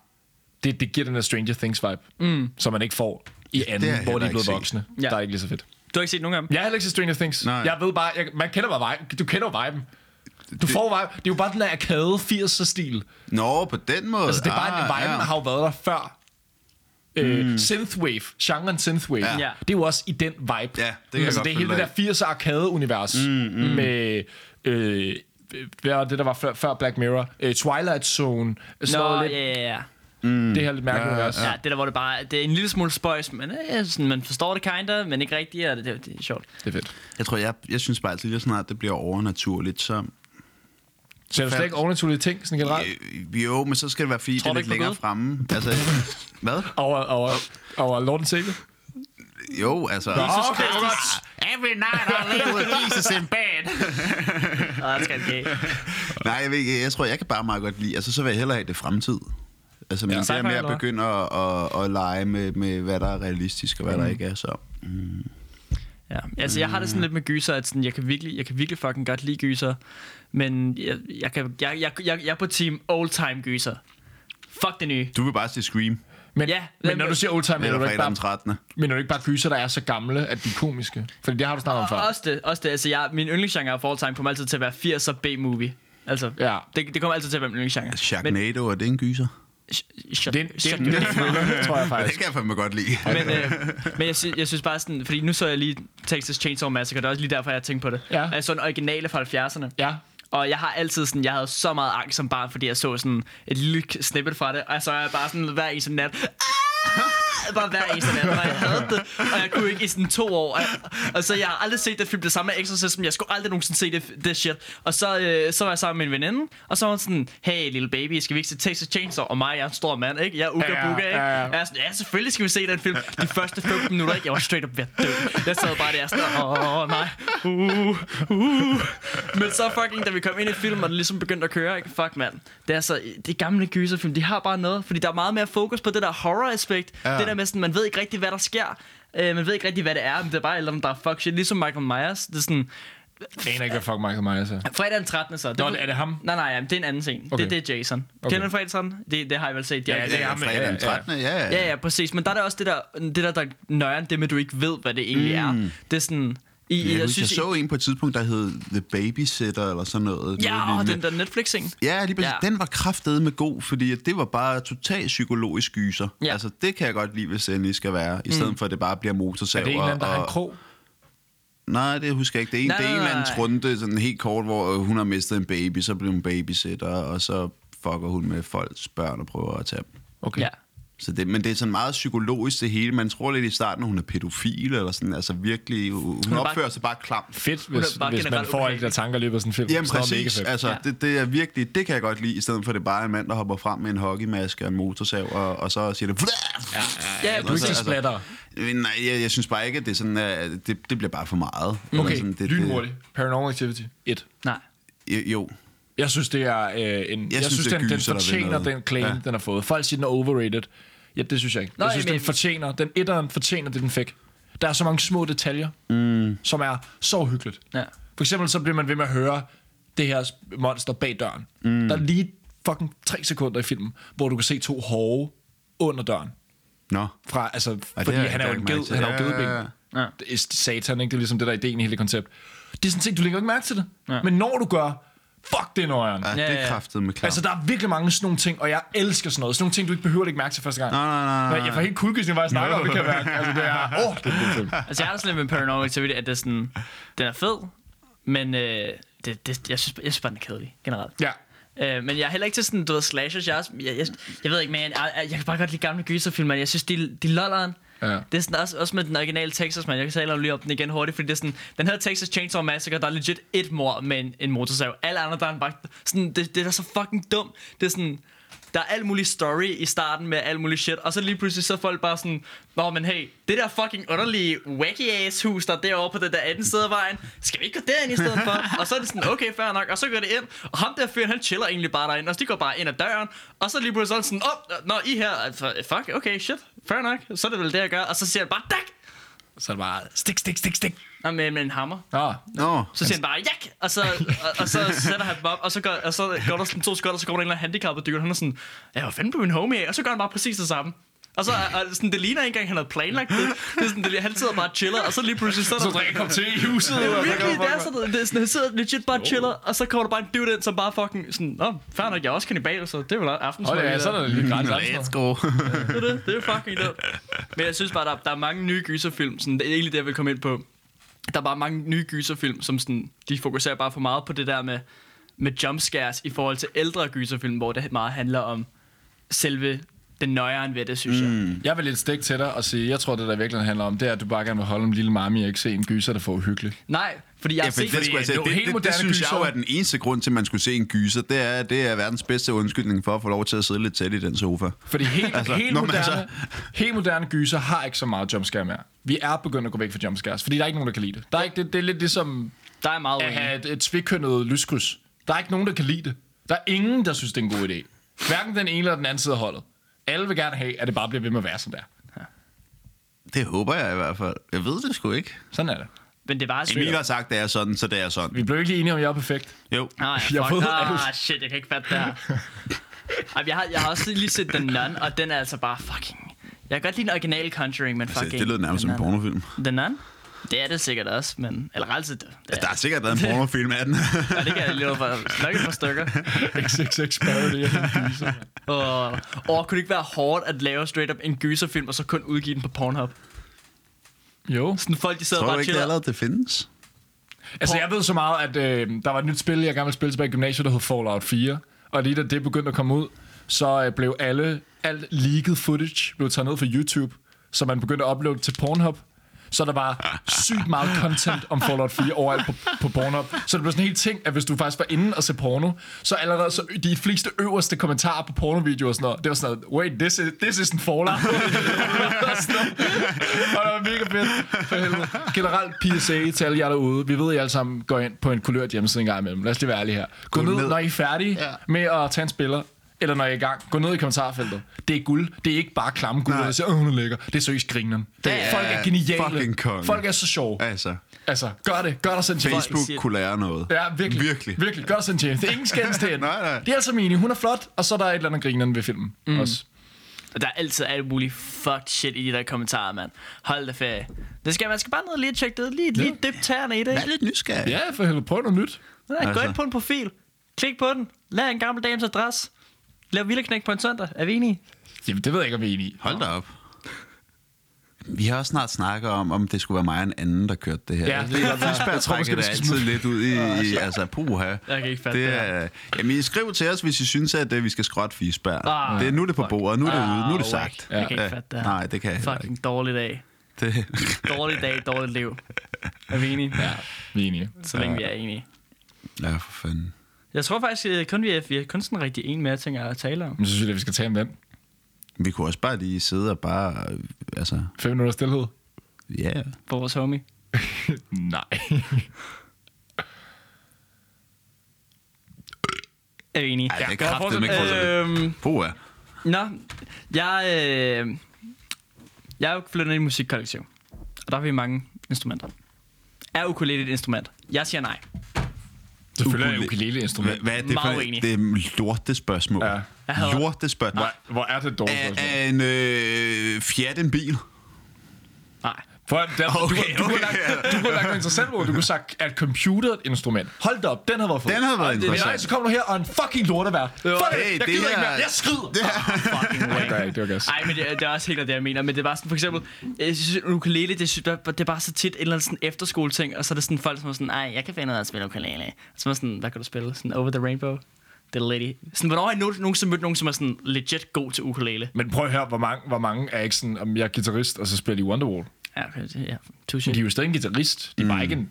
Speaker 3: Det, det giver den der Stranger Things-vibe, mm. som man ikke får i anden,
Speaker 1: har jeg
Speaker 3: hvor de
Speaker 1: heller
Speaker 3: er
Speaker 1: ikke
Speaker 3: blevet
Speaker 1: set.
Speaker 3: voksne.
Speaker 2: Ja.
Speaker 3: Ja. Der er ikke lige så fedt.
Speaker 2: Du har ikke set nogen af dem?
Speaker 3: Jeg har heller ikke set Stranger Things.
Speaker 1: Nej.
Speaker 3: Jeg ved bare... Jeg, man kender bare vibe. Du kender jo viben. Du får vibe. Det er jo bare den der arcade 80'er-stil.
Speaker 1: Nå, på den måde.
Speaker 3: Altså, det er bare, ah,
Speaker 1: Ah,
Speaker 3: viben ja. har jo været der før. Øh, Synthwave, genren Synthwave,
Speaker 1: Ja.
Speaker 3: ja. det er jo også i den vibe.
Speaker 1: kan jeg
Speaker 3: altså,
Speaker 1: godt
Speaker 3: det
Speaker 1: følge
Speaker 3: er hele det
Speaker 1: dig
Speaker 3: der 80'er arcade-univers mm, mm. med... Øh, hvad var det, der var før, før Black Mirror? Øh, Twilight Zone. Sådan
Speaker 2: Nå,
Speaker 3: noget
Speaker 2: ja,
Speaker 3: lidt,
Speaker 2: ja, ja.
Speaker 3: Det her lidt mærkeligt
Speaker 1: Ja,
Speaker 3: univers.
Speaker 2: Ja, det der, hvor det bare det er en lille smule spøjs, men øh, sådan, man forstår det kinda, men ikke rigtigt, og det, det, det er sjovt.
Speaker 3: Det er fedt.
Speaker 1: Jeg tror, jeg, jeg synes bare altid, lige så snart det bliver overnaturligt, så...
Speaker 3: Så er du slet
Speaker 1: Fandt.
Speaker 3: ikke overnaturlige ting, sådan generelt?
Speaker 1: Øh, jo, men så skal det være, fordi
Speaker 2: Tror
Speaker 1: det er lidt
Speaker 2: du ikke på
Speaker 1: længere
Speaker 2: Gud?
Speaker 1: fremme. Altså, hvad?
Speaker 3: Over, over, over Lord Sæbe?
Speaker 1: Jo, altså...
Speaker 3: Jesus okay, Christ. godt.
Speaker 1: Every night I lay with Jesus in bed.
Speaker 2: Og det skal det
Speaker 1: Nej, jeg, ved ikke, jeg tror, jeg kan bare meget godt lide... Altså, så vil jeg hellere have det fremtid. Altså, men ja, det
Speaker 3: Sci-fi
Speaker 1: der med at
Speaker 3: eller hvad?
Speaker 1: begynde at, at, at lege med, med, hvad der er realistisk og hvad mm. der ikke er, så...
Speaker 2: Ja, altså jeg har det sådan lidt med gyser, at sådan, jeg, kan virkelig, jeg kan virkelig fucking godt lide gyser, men jeg, jeg, kan, jeg, jeg, jeg, jeg er på team old time gyser. Fuck det nye.
Speaker 1: Du vil bare se Scream,
Speaker 3: Men,
Speaker 2: Ja,
Speaker 3: ja,
Speaker 2: men-
Speaker 3: men når du siger old time, mener
Speaker 1: eller
Speaker 3: du, ikke
Speaker 1: fredag den
Speaker 3: bare,
Speaker 1: 13.
Speaker 3: mener du ikke bare gyser, der er så gamle, at de er komiske? Fordi det har du snakket om før.
Speaker 2: Og også det, også det. Altså jeg, min yndlingsgenre af all time kommer altid til at være 80'er B-movie. Altså,
Speaker 3: Ja.
Speaker 2: det, det kommer altid til at være min yndlingsgenre.
Speaker 1: Sharknado, er det en gyser?
Speaker 2: sh- shut-
Speaker 3: Det er en, det er
Speaker 2: shut-
Speaker 3: en thriller, tror jeg
Speaker 1: Det
Speaker 3: faktisk.
Speaker 1: kan jeg fandme godt lide.
Speaker 2: Men, øh, men jeg, sy- jeg synes bare sådan, fordi nu så jeg lige Texas Chainsaw Massacre, det er også lige derfor, jeg tænkte på det.
Speaker 3: Ja.
Speaker 2: Og Jeg så den originale fra 70'erne.
Speaker 3: Ja.
Speaker 2: Og jeg har altid sådan, jeg havde så meget angst som barn, fordi jeg så sådan et lille k- snippet fra det, og så er jeg bare sådan hver eneste nat. "Ah!" Bare hver eneste nat, og jeg havde det, og jeg kunne ikke i sådan to år. Og, og så jeg har aldrig set det film, det samme Exorcism, jeg skulle aldrig nogensinde se det, det shit. Og så, øh, så var jeg sammen med en veninde, og så var hun sådan, hey lille baby, skal vi ikke se Texas Chainsaw? Og mig, jeg er en stor mand, ikke? Jeg er uga
Speaker 3: Ja,
Speaker 2: buga, ikke?
Speaker 3: ja, ja.
Speaker 2: Og jeg er sådan, ja, selvfølgelig skal vi se den film. De første 15 minutter, ikke? Jeg var straight up ved at dø. Jeg sad bare der sådan, åh nej, uh, uh. Men så fucking, da vi kom ind i filmen, og det ligesom begyndte at køre, ikke? Fuck, mand. Det er så, de gamle gyserfilm, de har bare noget. Fordi der er meget mere fokus på det der horror-aspekt. Ja.
Speaker 1: Ja.
Speaker 2: Det der med sådan, man ved ikke rigtig, hvad der sker. Øh, man ved ikke rigtig, hvad det er, men det er bare et eller andet, der er fuck shit. Ligesom Michael Myers, det er sådan...
Speaker 3: Jeg aner ikke, hvad fuck Michael Myers er.
Speaker 2: Fredag den 13. så. Det
Speaker 3: Nå, er det ham?
Speaker 2: Nej, nej, jamen, det er en anden ting. Okay.
Speaker 3: Okay.
Speaker 2: Det, det er Jason. Okay. Kender du fredag den 13? Det, det har jeg vel set.
Speaker 3: Ja, det er ham,
Speaker 1: Fredag den
Speaker 3: Ja, ja.
Speaker 1: 13. Ja, ja.
Speaker 2: Ja, ja, præcis. Men der er der også det der, det der, der nøjeren, det med, at du ikke ved, hvad det egentlig mm. er. Det er sådan... I,
Speaker 1: Jeg, jeg,
Speaker 2: synes,
Speaker 1: jeg så en på et tidspunkt, der hed The Babysitter eller sådan noget.
Speaker 2: Ja, og
Speaker 1: Noget
Speaker 2: den
Speaker 1: lignende.
Speaker 2: der Netflix-ting.
Speaker 1: Ja, lige præcis.
Speaker 2: Ja.
Speaker 1: Ja. Den var kraftedet med god, fordi at det var bare totalt psykologisk gyser.
Speaker 2: Ja.
Speaker 1: Ja. Altså, det kan jeg godt lide, hvis det endelig skal være. I stedet mm. for, at det bare bliver motorsav.
Speaker 3: Er det en eller anden, der har en krog?
Speaker 1: Nej, det husker jeg ikke. Det er en,
Speaker 2: Nej,
Speaker 1: nej, det er en
Speaker 2: nej,
Speaker 1: eller anden
Speaker 2: nej.
Speaker 1: trunte, sådan helt kort, hvor øh, hun har mistet en baby, så blev hun babysitter, og så fucker hun med folks børn og prøver at tage dem.
Speaker 3: Okay.
Speaker 2: Ja.
Speaker 1: Så det, men det er sådan meget psykologisk det hele. Man tror lidt i starten, at hun er pædofil, eller sådan, altså virkelig, hun, hun
Speaker 2: er bare-
Speaker 1: opfører sig bare klamt.
Speaker 3: Fedt,
Speaker 2: Hun er
Speaker 3: hvis,
Speaker 2: bare
Speaker 3: hvis man
Speaker 2: generelt
Speaker 3: får alle
Speaker 2: ubehagelig.
Speaker 3: de der tanker i løbet af sådan en film.
Speaker 1: Jamen
Speaker 3: Sådan noget er
Speaker 1: præcis,
Speaker 3: mega fedt.
Speaker 1: altså
Speaker 2: Ja.
Speaker 1: ja. det, det, er virkelig, det kan jeg godt lide, i stedet for at det bare er en mand, der hopper frem med en hockeymaske og en motorsav, og, og så siger det... Ja,
Speaker 2: Ja,
Speaker 3: Du er ikke så
Speaker 1: Altså-
Speaker 3: splatter.
Speaker 1: Nej, jeg, jeg synes bare ikke, at det er sådan, at det, det bliver bare for meget. Eller
Speaker 3: Okay,
Speaker 1: sådan, det,
Speaker 3: lynhurtigt. Paranormal Activity 1.
Speaker 2: Nej.
Speaker 1: Det, jo,
Speaker 3: Jeg synes, det er øh, en... Jeg, jeg
Speaker 1: synes,
Speaker 3: synes,
Speaker 1: det er
Speaker 3: den, den
Speaker 1: gyser, der vil
Speaker 3: fortjener
Speaker 1: noget.
Speaker 3: den claim,
Speaker 1: Ja.
Speaker 3: ja. den har fået. Folk siger, den er overrated. Ja, det synes jeg ikke.
Speaker 2: Nå,
Speaker 3: Nå, jeg synes,
Speaker 2: jamen-
Speaker 3: den fortjener, den etteren fortjener det, den fik. Der er så mange små detaljer, mm. som er så hyggeligt.
Speaker 2: Ja.
Speaker 3: For eksempel så bliver man ved med at høre det her monster bag døren. Mm. Der er lige fucking tre sekunder i filmen, hvor du kan se to hove under døren.
Speaker 1: Nå.
Speaker 3: Fra, altså,
Speaker 1: det
Speaker 3: fordi
Speaker 1: har jeg
Speaker 3: han er jo
Speaker 1: ikke
Speaker 3: en
Speaker 1: lagt mærke
Speaker 3: ged,
Speaker 1: til.
Speaker 3: han er jo
Speaker 1: Ja, ja,
Speaker 3: gedeben.
Speaker 1: ja.
Speaker 2: Ja.
Speaker 3: Det er satan, ikke? Det er ligesom det, der er ideen i hele koncept. Det er sådan set, du lægger jo ikke mærke til det.
Speaker 2: Ja.
Speaker 3: Men når du gør, fuck det er nøjeren.
Speaker 1: Ja,
Speaker 2: Ja,
Speaker 1: det
Speaker 2: ja, ja.
Speaker 1: er kraftet med klart.
Speaker 3: Altså, der er virkelig mange sådan nogle ting, og jeg elsker sådan noget. Sådan nogle ting, du ikke behøver at lægge mærke til første gang.
Speaker 1: Nej, nej, nej, nej,
Speaker 3: Men Jeg får helt kuldegysning, hvad jeg snakker om, det kan være. Altså, det er, åh, oh, det er en god film.
Speaker 2: Altså, jeg har det sådan lidt med Paranormal Activity, at det er sådan, den er fed, men øh, det, det, jeg, synes, jeg synes bare, den er kedelig, generelt.
Speaker 3: Ja.
Speaker 2: Øh, men jeg er heller ikke til sådan, du ved, slashers. Jeg, er også, jeg, jeg, jeg ved ikke, man. Jeg, jeg kan bare godt lide gamle gyserfilm, men jeg synes, de, de lolleren.
Speaker 3: Ja.
Speaker 2: Det er sådan også, også med den originale Texas, man. Jeg kan tale lige om den igen hurtigt, fordi det er sådan, den her Texas Chainsaw Massacre, der er legit et mor med en, en motorsav. Alle andre, der er en bare, sådan, det, det er så fucking dumt. Det er sådan, der er alt muligt story i starten med alt muligt shit, og så lige pludselig så er folk bare sådan, Nå, men hey, det der fucking underlige wacky ass hus, der er derovre på den der anden side af vejen, skal vi ikke gå derind i stedet for? og så er det sådan, okay, fair nok, og så går det ind, og ham der fyren, han chiller egentlig bare derinde, og så de går bare ind ad døren, og så lige pludselig så er det sådan, åh, oh, når I er her, altså, fuck, okay, shit, fair nok, så er det vel det, jeg gør, og så siger han bare, dak!
Speaker 3: Så er det bare, stik, stik, stik, stik.
Speaker 2: Og med, med en hammer.
Speaker 3: Nå,
Speaker 1: Nå.
Speaker 2: Så siger han bare, jak! Og så, og, og så sætter han dem op, og så går, og så går der sådan to skot, og så går der en eller anden handicappet dyr, og han er sådan, jeg var fanden på min homie af, og så gør han bare præcis det samme. Og så og sådan, det ligner ikke engang, han havde planlagt det. det er sådan, det, han sidder bare og chiller, og så lige pludselig så er der...
Speaker 3: så drikker jeg en kop te i huset.
Speaker 2: Det er
Speaker 3: og så kommer
Speaker 2: virkelig, det er
Speaker 3: folk-
Speaker 2: sådan, det er sådan, han sidder legit bare og chiller, og så kommer der bare en dude ind, som bare fucking sådan, nå, fair nok, jeg er også kanibal, så det er vel aftens.
Speaker 3: Hold da, ja, så er der lige gratis
Speaker 1: Let's
Speaker 3: aften.
Speaker 1: go.
Speaker 2: det, er det, det er fucking dumt. Men jeg synes bare, der, der er mange nye gyserfilm, sådan, det er egentlig det, jeg vil komme ind på. Der er bare mange nye gyserfilm, som sådan, de fokuserer bare for meget på det der med, med jumpscares i forhold til ældre gyserfilm, hvor det meget handler om selve den nøjeren ved det, synes mm. jeg.
Speaker 3: Jeg vil lidt stik til dig og sige, jeg tror, det der virkelig handler om, det er, at du bare gerne vil holde om lille mami og ikke se en gyser, der får uhyggeligt.
Speaker 2: Nej, fordi jeg
Speaker 1: Ja,
Speaker 2: har
Speaker 1: for
Speaker 2: set...
Speaker 1: det, skulle jeg
Speaker 3: det er
Speaker 1: sige,
Speaker 3: jo
Speaker 1: det,
Speaker 3: helt
Speaker 1: det, det, det
Speaker 3: moderne
Speaker 1: synes jeg jo
Speaker 3: gyser.
Speaker 1: er den eneste grund til, at man skulle se en gyser. Det er, det er verdens bedste undskyldning for at få lov til at sidde lidt tæt i den sofa.
Speaker 3: Fordi helt, altså,
Speaker 1: Altså,
Speaker 3: helt,
Speaker 1: nå, men
Speaker 3: moderne, altså.
Speaker 1: altså-
Speaker 3: helt moderne gyser har ikke så meget jumpscare mere. Vi er begyndt at gå væk fra jumpscares, fordi der er ikke nogen, der kan lide det. Der er ikke, det, det er lidt ligesom
Speaker 2: Der er meget
Speaker 3: at
Speaker 2: uenig.
Speaker 3: have et, et tvekønnet lyskryds. Der er ikke nogen, der kan lide det. Der er ingen, der synes, det er en god idé. Hverken den ene eller den anden side af holdet. Alle vil gerne have, at det bare bliver ved med at være sådan der.
Speaker 1: Det håber jeg i hvert fald. Jeg ved det sgu ikke.
Speaker 3: Sådan er det.
Speaker 2: Men det er bare
Speaker 1: Emil
Speaker 2: svært.
Speaker 1: har sagt, det er sådan, så det er sådan.
Speaker 3: Vi blev ikke lige enige om, at jeg er perfekt.
Speaker 1: Jo.
Speaker 2: Nej,
Speaker 3: Jeg
Speaker 2: fuck,
Speaker 3: ved
Speaker 2: ah,
Speaker 3: alt.
Speaker 2: shit, jeg kan ikke fatte det her. Ej, jeg, har, jeg har også lige set The Nun, og den er altså bare fucking... Jeg kan godt lide den originale Conjuring, men fucking...
Speaker 1: Altså, det lød nærmest
Speaker 2: The
Speaker 1: som en
Speaker 2: Nun.
Speaker 1: pornofilm.
Speaker 2: The Nun? Det er det sikkert også, men... Eller altid det. det
Speaker 1: Altså, Der
Speaker 2: er,
Speaker 1: er sikkert været en pornofilm af den.
Speaker 2: ja, det kan jeg lige love for. Nok et par stykker.
Speaker 3: XXX parody af en gyser.
Speaker 2: Og, og kunne det ikke være hårdt at lave straight up en gyserfilm, og så kun udgive den på Pornhub?
Speaker 3: Jo.
Speaker 2: Sådan folk, de sidder
Speaker 1: Tror
Speaker 2: bare
Speaker 1: du
Speaker 2: og
Speaker 1: ikke, det
Speaker 2: chiller.
Speaker 1: allerede det findes?
Speaker 3: Altså, jeg ved så meget, at øh, der var et nyt spil, jeg gerne ville spille tilbage i gymnasiet, der hed Fallout 4. Og lige da det begyndte at komme ud, så øh, blev alle, alt leaked footage blev taget ned fra YouTube, så man begyndte at uploade til Pornhub. Så der var sygt meget content om Fallout 4 overalt på, på Pornhub. Så det blev sådan en helt ting, at hvis du faktisk var inde og se porno, så allerede så de fleste øverste kommentarer på pornovideoer og sådan noget, det var sådan noget, wait, this, is, this isn't Fallout. og sådan noget. Og det var mega fedt. For helvede. Generelt PSA til alle jer derude. Vi ved, at I alle sammen går ind på en kulørt hjemmeside en gang imellem. Lad os lige være ærlige her. Gå, ned,
Speaker 1: ned.
Speaker 3: når I er færdige ja.
Speaker 1: Ja.
Speaker 3: med at tage en spiller, eller når I er i gang. Gå ned i kommentarfeltet. Det er guld. Det er ikke bare klamme guld,
Speaker 1: Nej.
Speaker 3: der siger, åh, hun er lækker. Det er seriøst grineren. Det
Speaker 2: Ja,
Speaker 3: er, folk er geniale.
Speaker 1: fucking konge.
Speaker 3: Folk er så sjove.
Speaker 1: Altså,
Speaker 3: Altså, gør det. Gør dig selv til
Speaker 1: Facebook
Speaker 2: siger-
Speaker 1: kunne lære noget.
Speaker 3: Ja, virkelig.
Speaker 1: Virkelig.
Speaker 3: Virkelig, gør dig selv en tjeneste. Ingen skændes det
Speaker 1: Nej, nej.
Speaker 3: Det er altså meningen. Hun er flot, og så er der et eller andet grineren ved filmen mm. også.
Speaker 2: Der er altid alt muligt fucked shit i de der kommentarer, mand. Hold da ferie. Det skal, man skal bare ned og lige tjekke det. Lige, lige dybt tæerne i det.
Speaker 1: Vær lidt nysgerrig.
Speaker 3: Ja, for helvede, prøv noget nyt.
Speaker 2: Nej, altså. gå
Speaker 1: Altså.
Speaker 2: ind på en profil. Klik på den. Lad en gammel dames adresse. Lav vildeknæk på en søndag. Er vi enige?
Speaker 3: Jamen, det ved jeg ikke, om vi er enige i.
Speaker 1: Hold da op. Vi har også snart snakket om, om det skulle være mig og en anden, der kørte det her.
Speaker 3: Ja, det er godt.
Speaker 1: Fisberg
Speaker 3: Jeg tror
Speaker 1: trækker
Speaker 3: måske, vi
Speaker 1: det
Speaker 3: skal
Speaker 1: altid lidt ud i, i altså, puha.
Speaker 2: Jeg kan ikke fatte det
Speaker 1: er, Jamen, I skriv til os, hvis I synes, at øh, vi skal skrotte Fisberg.
Speaker 2: Ah,
Speaker 1: det er nu er det på bordet, nu er det ude, nu er det
Speaker 2: Ah,
Speaker 1: sagt.
Speaker 2: whack. Jeg kan ikke
Speaker 1: Ja.
Speaker 2: fatte det her.
Speaker 1: Nej, det kan jeg heller ikke.
Speaker 2: Fucking dårlig dag.
Speaker 1: Det.
Speaker 2: Dårlig dag, dårligt liv. Er vi enige?
Speaker 3: Ja, vi er enige.
Speaker 2: Så længe vi er enige.
Speaker 1: Ja, for fanden.
Speaker 2: Jeg tror faktisk, øh, kun vi er, vi er kun sådan rigtig en mere ting at tale om.
Speaker 3: Men så synes jeg, at vi skal tage om den.
Speaker 1: Vi kunne også bare lige sidde og bare, øh, altså,
Speaker 3: 5 minutter stillhed?
Speaker 1: ja. Yeah.
Speaker 2: For vores homie.
Speaker 3: Nej.
Speaker 2: Er vi enige?
Speaker 1: Ej, det er kraftet med ikke
Speaker 2: Øhm,
Speaker 1: Puha.
Speaker 2: Nå, jeg, øh, jeg er jo flyttet ind i et musikkollektiv, og der har vi mange instrumenter. Er ukulele et instrument? Jeg siger nej.
Speaker 3: Selvfølgelig er
Speaker 1: Ukulele-
Speaker 3: ukulele
Speaker 1: Hvad,
Speaker 3: instrument.
Speaker 1: hvad er det
Speaker 2: Meget
Speaker 1: for
Speaker 2: uenig.
Speaker 1: et det er lorte spørgsmål?
Speaker 3: Ja.
Speaker 2: Jeg hader det.
Speaker 1: Lorte spørgsmål.
Speaker 3: Hvor, hvor er det dårligt?
Speaker 1: Er,
Speaker 3: spørgsmål.
Speaker 1: er en øh, Fiat en bil?
Speaker 2: Nej.
Speaker 3: For der, okay,
Speaker 1: Okay,
Speaker 3: du, du, okay.
Speaker 1: okay.
Speaker 3: Kunne lagt, du kunne lagt noget interessant ud. Du kunne sagt, at computer er et instrument. Hold da op, den havde været fed.
Speaker 1: Den havde været
Speaker 3: Ej, det-
Speaker 1: interessant.
Speaker 3: Nej, så kommer du her og en fucking lortevær. Fuck hey,
Speaker 1: Hey,
Speaker 3: jeg
Speaker 1: det
Speaker 3: gider ikke
Speaker 1: her-
Speaker 3: mere. Jeg skrider.
Speaker 1: Det er,
Speaker 2: Fucking
Speaker 3: Det gør jeg ikke, det var gas.
Speaker 2: Nej, men det, det er også helt klart det, jeg mener. Men det var sådan, for eksempel, øh, jeg synes, ukulele, det, sy- det er bare så tit en eller anden sådan efterskoleting, og så er det sådan folk, som er sådan, nej, jeg kan finde ud af at spille ukulele. Så er man sådan, hvad kan du spille? Sådan Over the Rainbow? The Lady. Sådan, hvornår har I nogen, nogensinde mødt nogen, som er sådan legit god til ukulele?
Speaker 3: Men prøv at høre, hvor mange, hvor mange er ikke sådan, om jeg er guitarist, og så spiller de Wonderwall.
Speaker 2: Ja, okay, det- ja.
Speaker 3: De
Speaker 2: Touché.
Speaker 3: er jo stadig en guitarist. De er
Speaker 1: Mm.
Speaker 3: bare ikke en,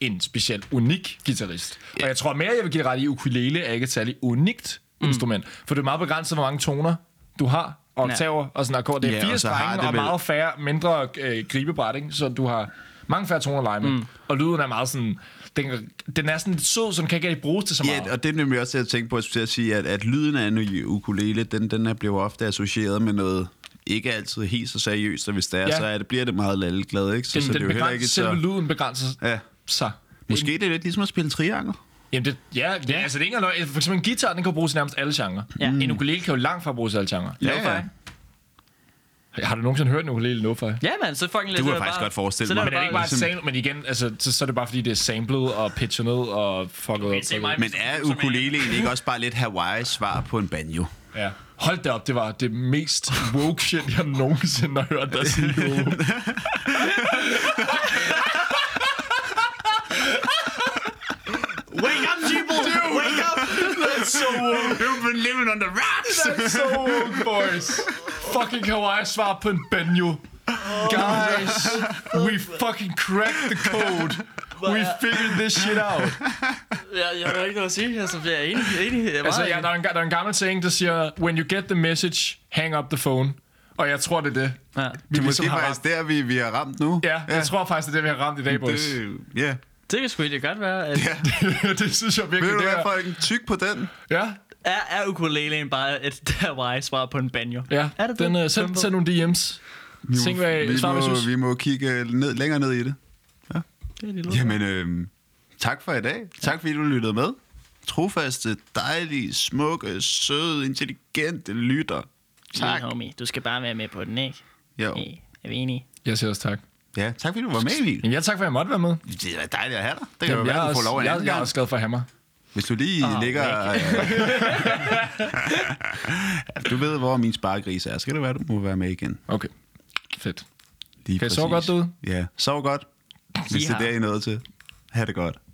Speaker 3: en specielt unik guitarist. Og jeg tror mere, jeg vil give dig ret i, at ukulele er ikke et særligt unikt
Speaker 1: Mm.
Speaker 3: instrument. For det er meget begrænset, hvor mange toner du har, og oktaver og sådan akkord. Det
Speaker 1: Ja,
Speaker 3: er
Speaker 1: og
Speaker 3: fire
Speaker 1: så har
Speaker 3: strenge
Speaker 1: det
Speaker 3: og
Speaker 1: vel-
Speaker 3: meget færre, mindre øh, gribebræt, ikke? Så du har mange færre toner at lege med.
Speaker 1: Mm.
Speaker 3: Og lyden er meget sådan... Den, den er sådan lidt sød, så den kan ikke rigtig bruges til så meget.
Speaker 1: ja, og det er nemlig også det, jeg tænkte på, at jeg skulle til at sige, at, at lyden af en ukulele, den, den er blevet ofte associeret med noget ikke altid helt så seriøst, og hvis det er,
Speaker 3: Ja.
Speaker 1: ja. så er det, bliver det meget lalleglad, ikke? Så, så
Speaker 3: den,
Speaker 1: det er
Speaker 3: den
Speaker 1: jo heller ikke
Speaker 3: begrænser,
Speaker 1: et
Speaker 3: selve
Speaker 1: så...
Speaker 3: lyden begrænser
Speaker 1: Ja.
Speaker 3: sig.
Speaker 1: Måske det er lidt ligesom at spille triangel.
Speaker 3: Jamen det, ja, det, altså det er ikke engang løgn. For eksempel en guitar, den kan jo bruges i nærmest alle genrer.
Speaker 2: Ja.
Speaker 3: Ja.
Speaker 1: Mm.
Speaker 3: En ukulele kan jo langt fra bruges i alle genrer.
Speaker 1: Ja, ja.
Speaker 3: Har du nogensinde hørt en ukulele lo-fi?
Speaker 2: Ja, man, så fucking
Speaker 1: kunne jeg faktisk godt forestille
Speaker 2: så lader
Speaker 1: mig.
Speaker 2: du
Speaker 3: Men er det ikke bare et
Speaker 1: Ligesom-
Speaker 3: sample? Men igen, altså, så, så er det bare fordi, det er samlet og pitchet ned og fucket
Speaker 2: Okay, se
Speaker 3: op.
Speaker 2: mig.
Speaker 1: Men er ukulelen ikke også bare lidt Hawaii svar på en banjo?
Speaker 3: Ja. Hold da op, det var det mest woke shit, jeg nogensinde har hørt dig sige. Joe.
Speaker 1: Wake up, people! Wake up! That's so woke. You've been living on the rocks!
Speaker 3: so woke, boys. Fucking Hawaii svar på en banjo. Guys, we fucking cracked the code. We figured this shit out.
Speaker 2: Jeg, jeg har ikke noget at sige, altså, jeg er enig. enig. Jeg er
Speaker 3: Altså,
Speaker 2: meget
Speaker 3: ja, der, er en, der er en gammel saying, der siger, when you get the message, hang up the phone. Og jeg tror, det er det.
Speaker 2: Ja.
Speaker 3: Vi
Speaker 2: Det
Speaker 1: Det er
Speaker 3: ligesom
Speaker 1: måske
Speaker 3: har ramt.
Speaker 1: faktisk der, vi, vi er ramt nu.
Speaker 3: Ja, jeg tror faktisk, det er det, vi har ramt i dag, boys. Det,
Speaker 1: Det, ja.
Speaker 2: enig. Det kan sgu egentlig godt være, at
Speaker 3: det synes jeg virkelig,
Speaker 1: Ved du
Speaker 3: det
Speaker 1: hvad,
Speaker 3: er.
Speaker 1: Folken? Tyk på den.
Speaker 3: Ja,
Speaker 2: er, er ukuleleen bare et Hawaii-svar på en banjo?
Speaker 3: ja.
Speaker 2: Er det
Speaker 3: Den,
Speaker 2: det?
Speaker 3: uh, send,
Speaker 2: Simple.
Speaker 3: send nogle DM's. Tænk, hvad
Speaker 1: vi,
Speaker 3: Øh, svar, hvad I
Speaker 1: må,
Speaker 3: synes.
Speaker 1: vi må kigge ned, længere ned i det.
Speaker 2: Det er de lort.
Speaker 1: Jamen, øh, tak for i dag. Tak fordi du lyttede med. Trofaste, dejlige, smukke, søde, intelligente lytter.
Speaker 2: Tak.
Speaker 1: Tak.
Speaker 2: Homie. Du skal bare være med på den, ikke?
Speaker 1: Jo.
Speaker 2: Hey, er vi enige?
Speaker 3: Jeg siger også tak.
Speaker 1: Ja, tak fordi du var med, Emil.
Speaker 3: Men ja, tak for, at jeg måtte være med.
Speaker 1: Det er dejligt at have dig. Det kan jo
Speaker 3: jeg,
Speaker 1: være,
Speaker 3: er
Speaker 1: du får
Speaker 3: også,
Speaker 1: lov en
Speaker 3: jeg,
Speaker 1: anden
Speaker 3: jeg er
Speaker 1: gang.
Speaker 3: også glad for Hammer.
Speaker 1: Hvis du lige
Speaker 2: Åh,
Speaker 1: oh, ligger... Ja, du ved, hvor min sparegris er. Så kan det være, du må være med igen.
Speaker 3: Okay, fedt.
Speaker 1: Lige
Speaker 3: Kan I sove
Speaker 1: præcis.
Speaker 3: godt derude?
Speaker 1: Ja, sov godt. Hvis det er det,
Speaker 2: Yeehaw.
Speaker 1: I er nået til. Ha' det godt.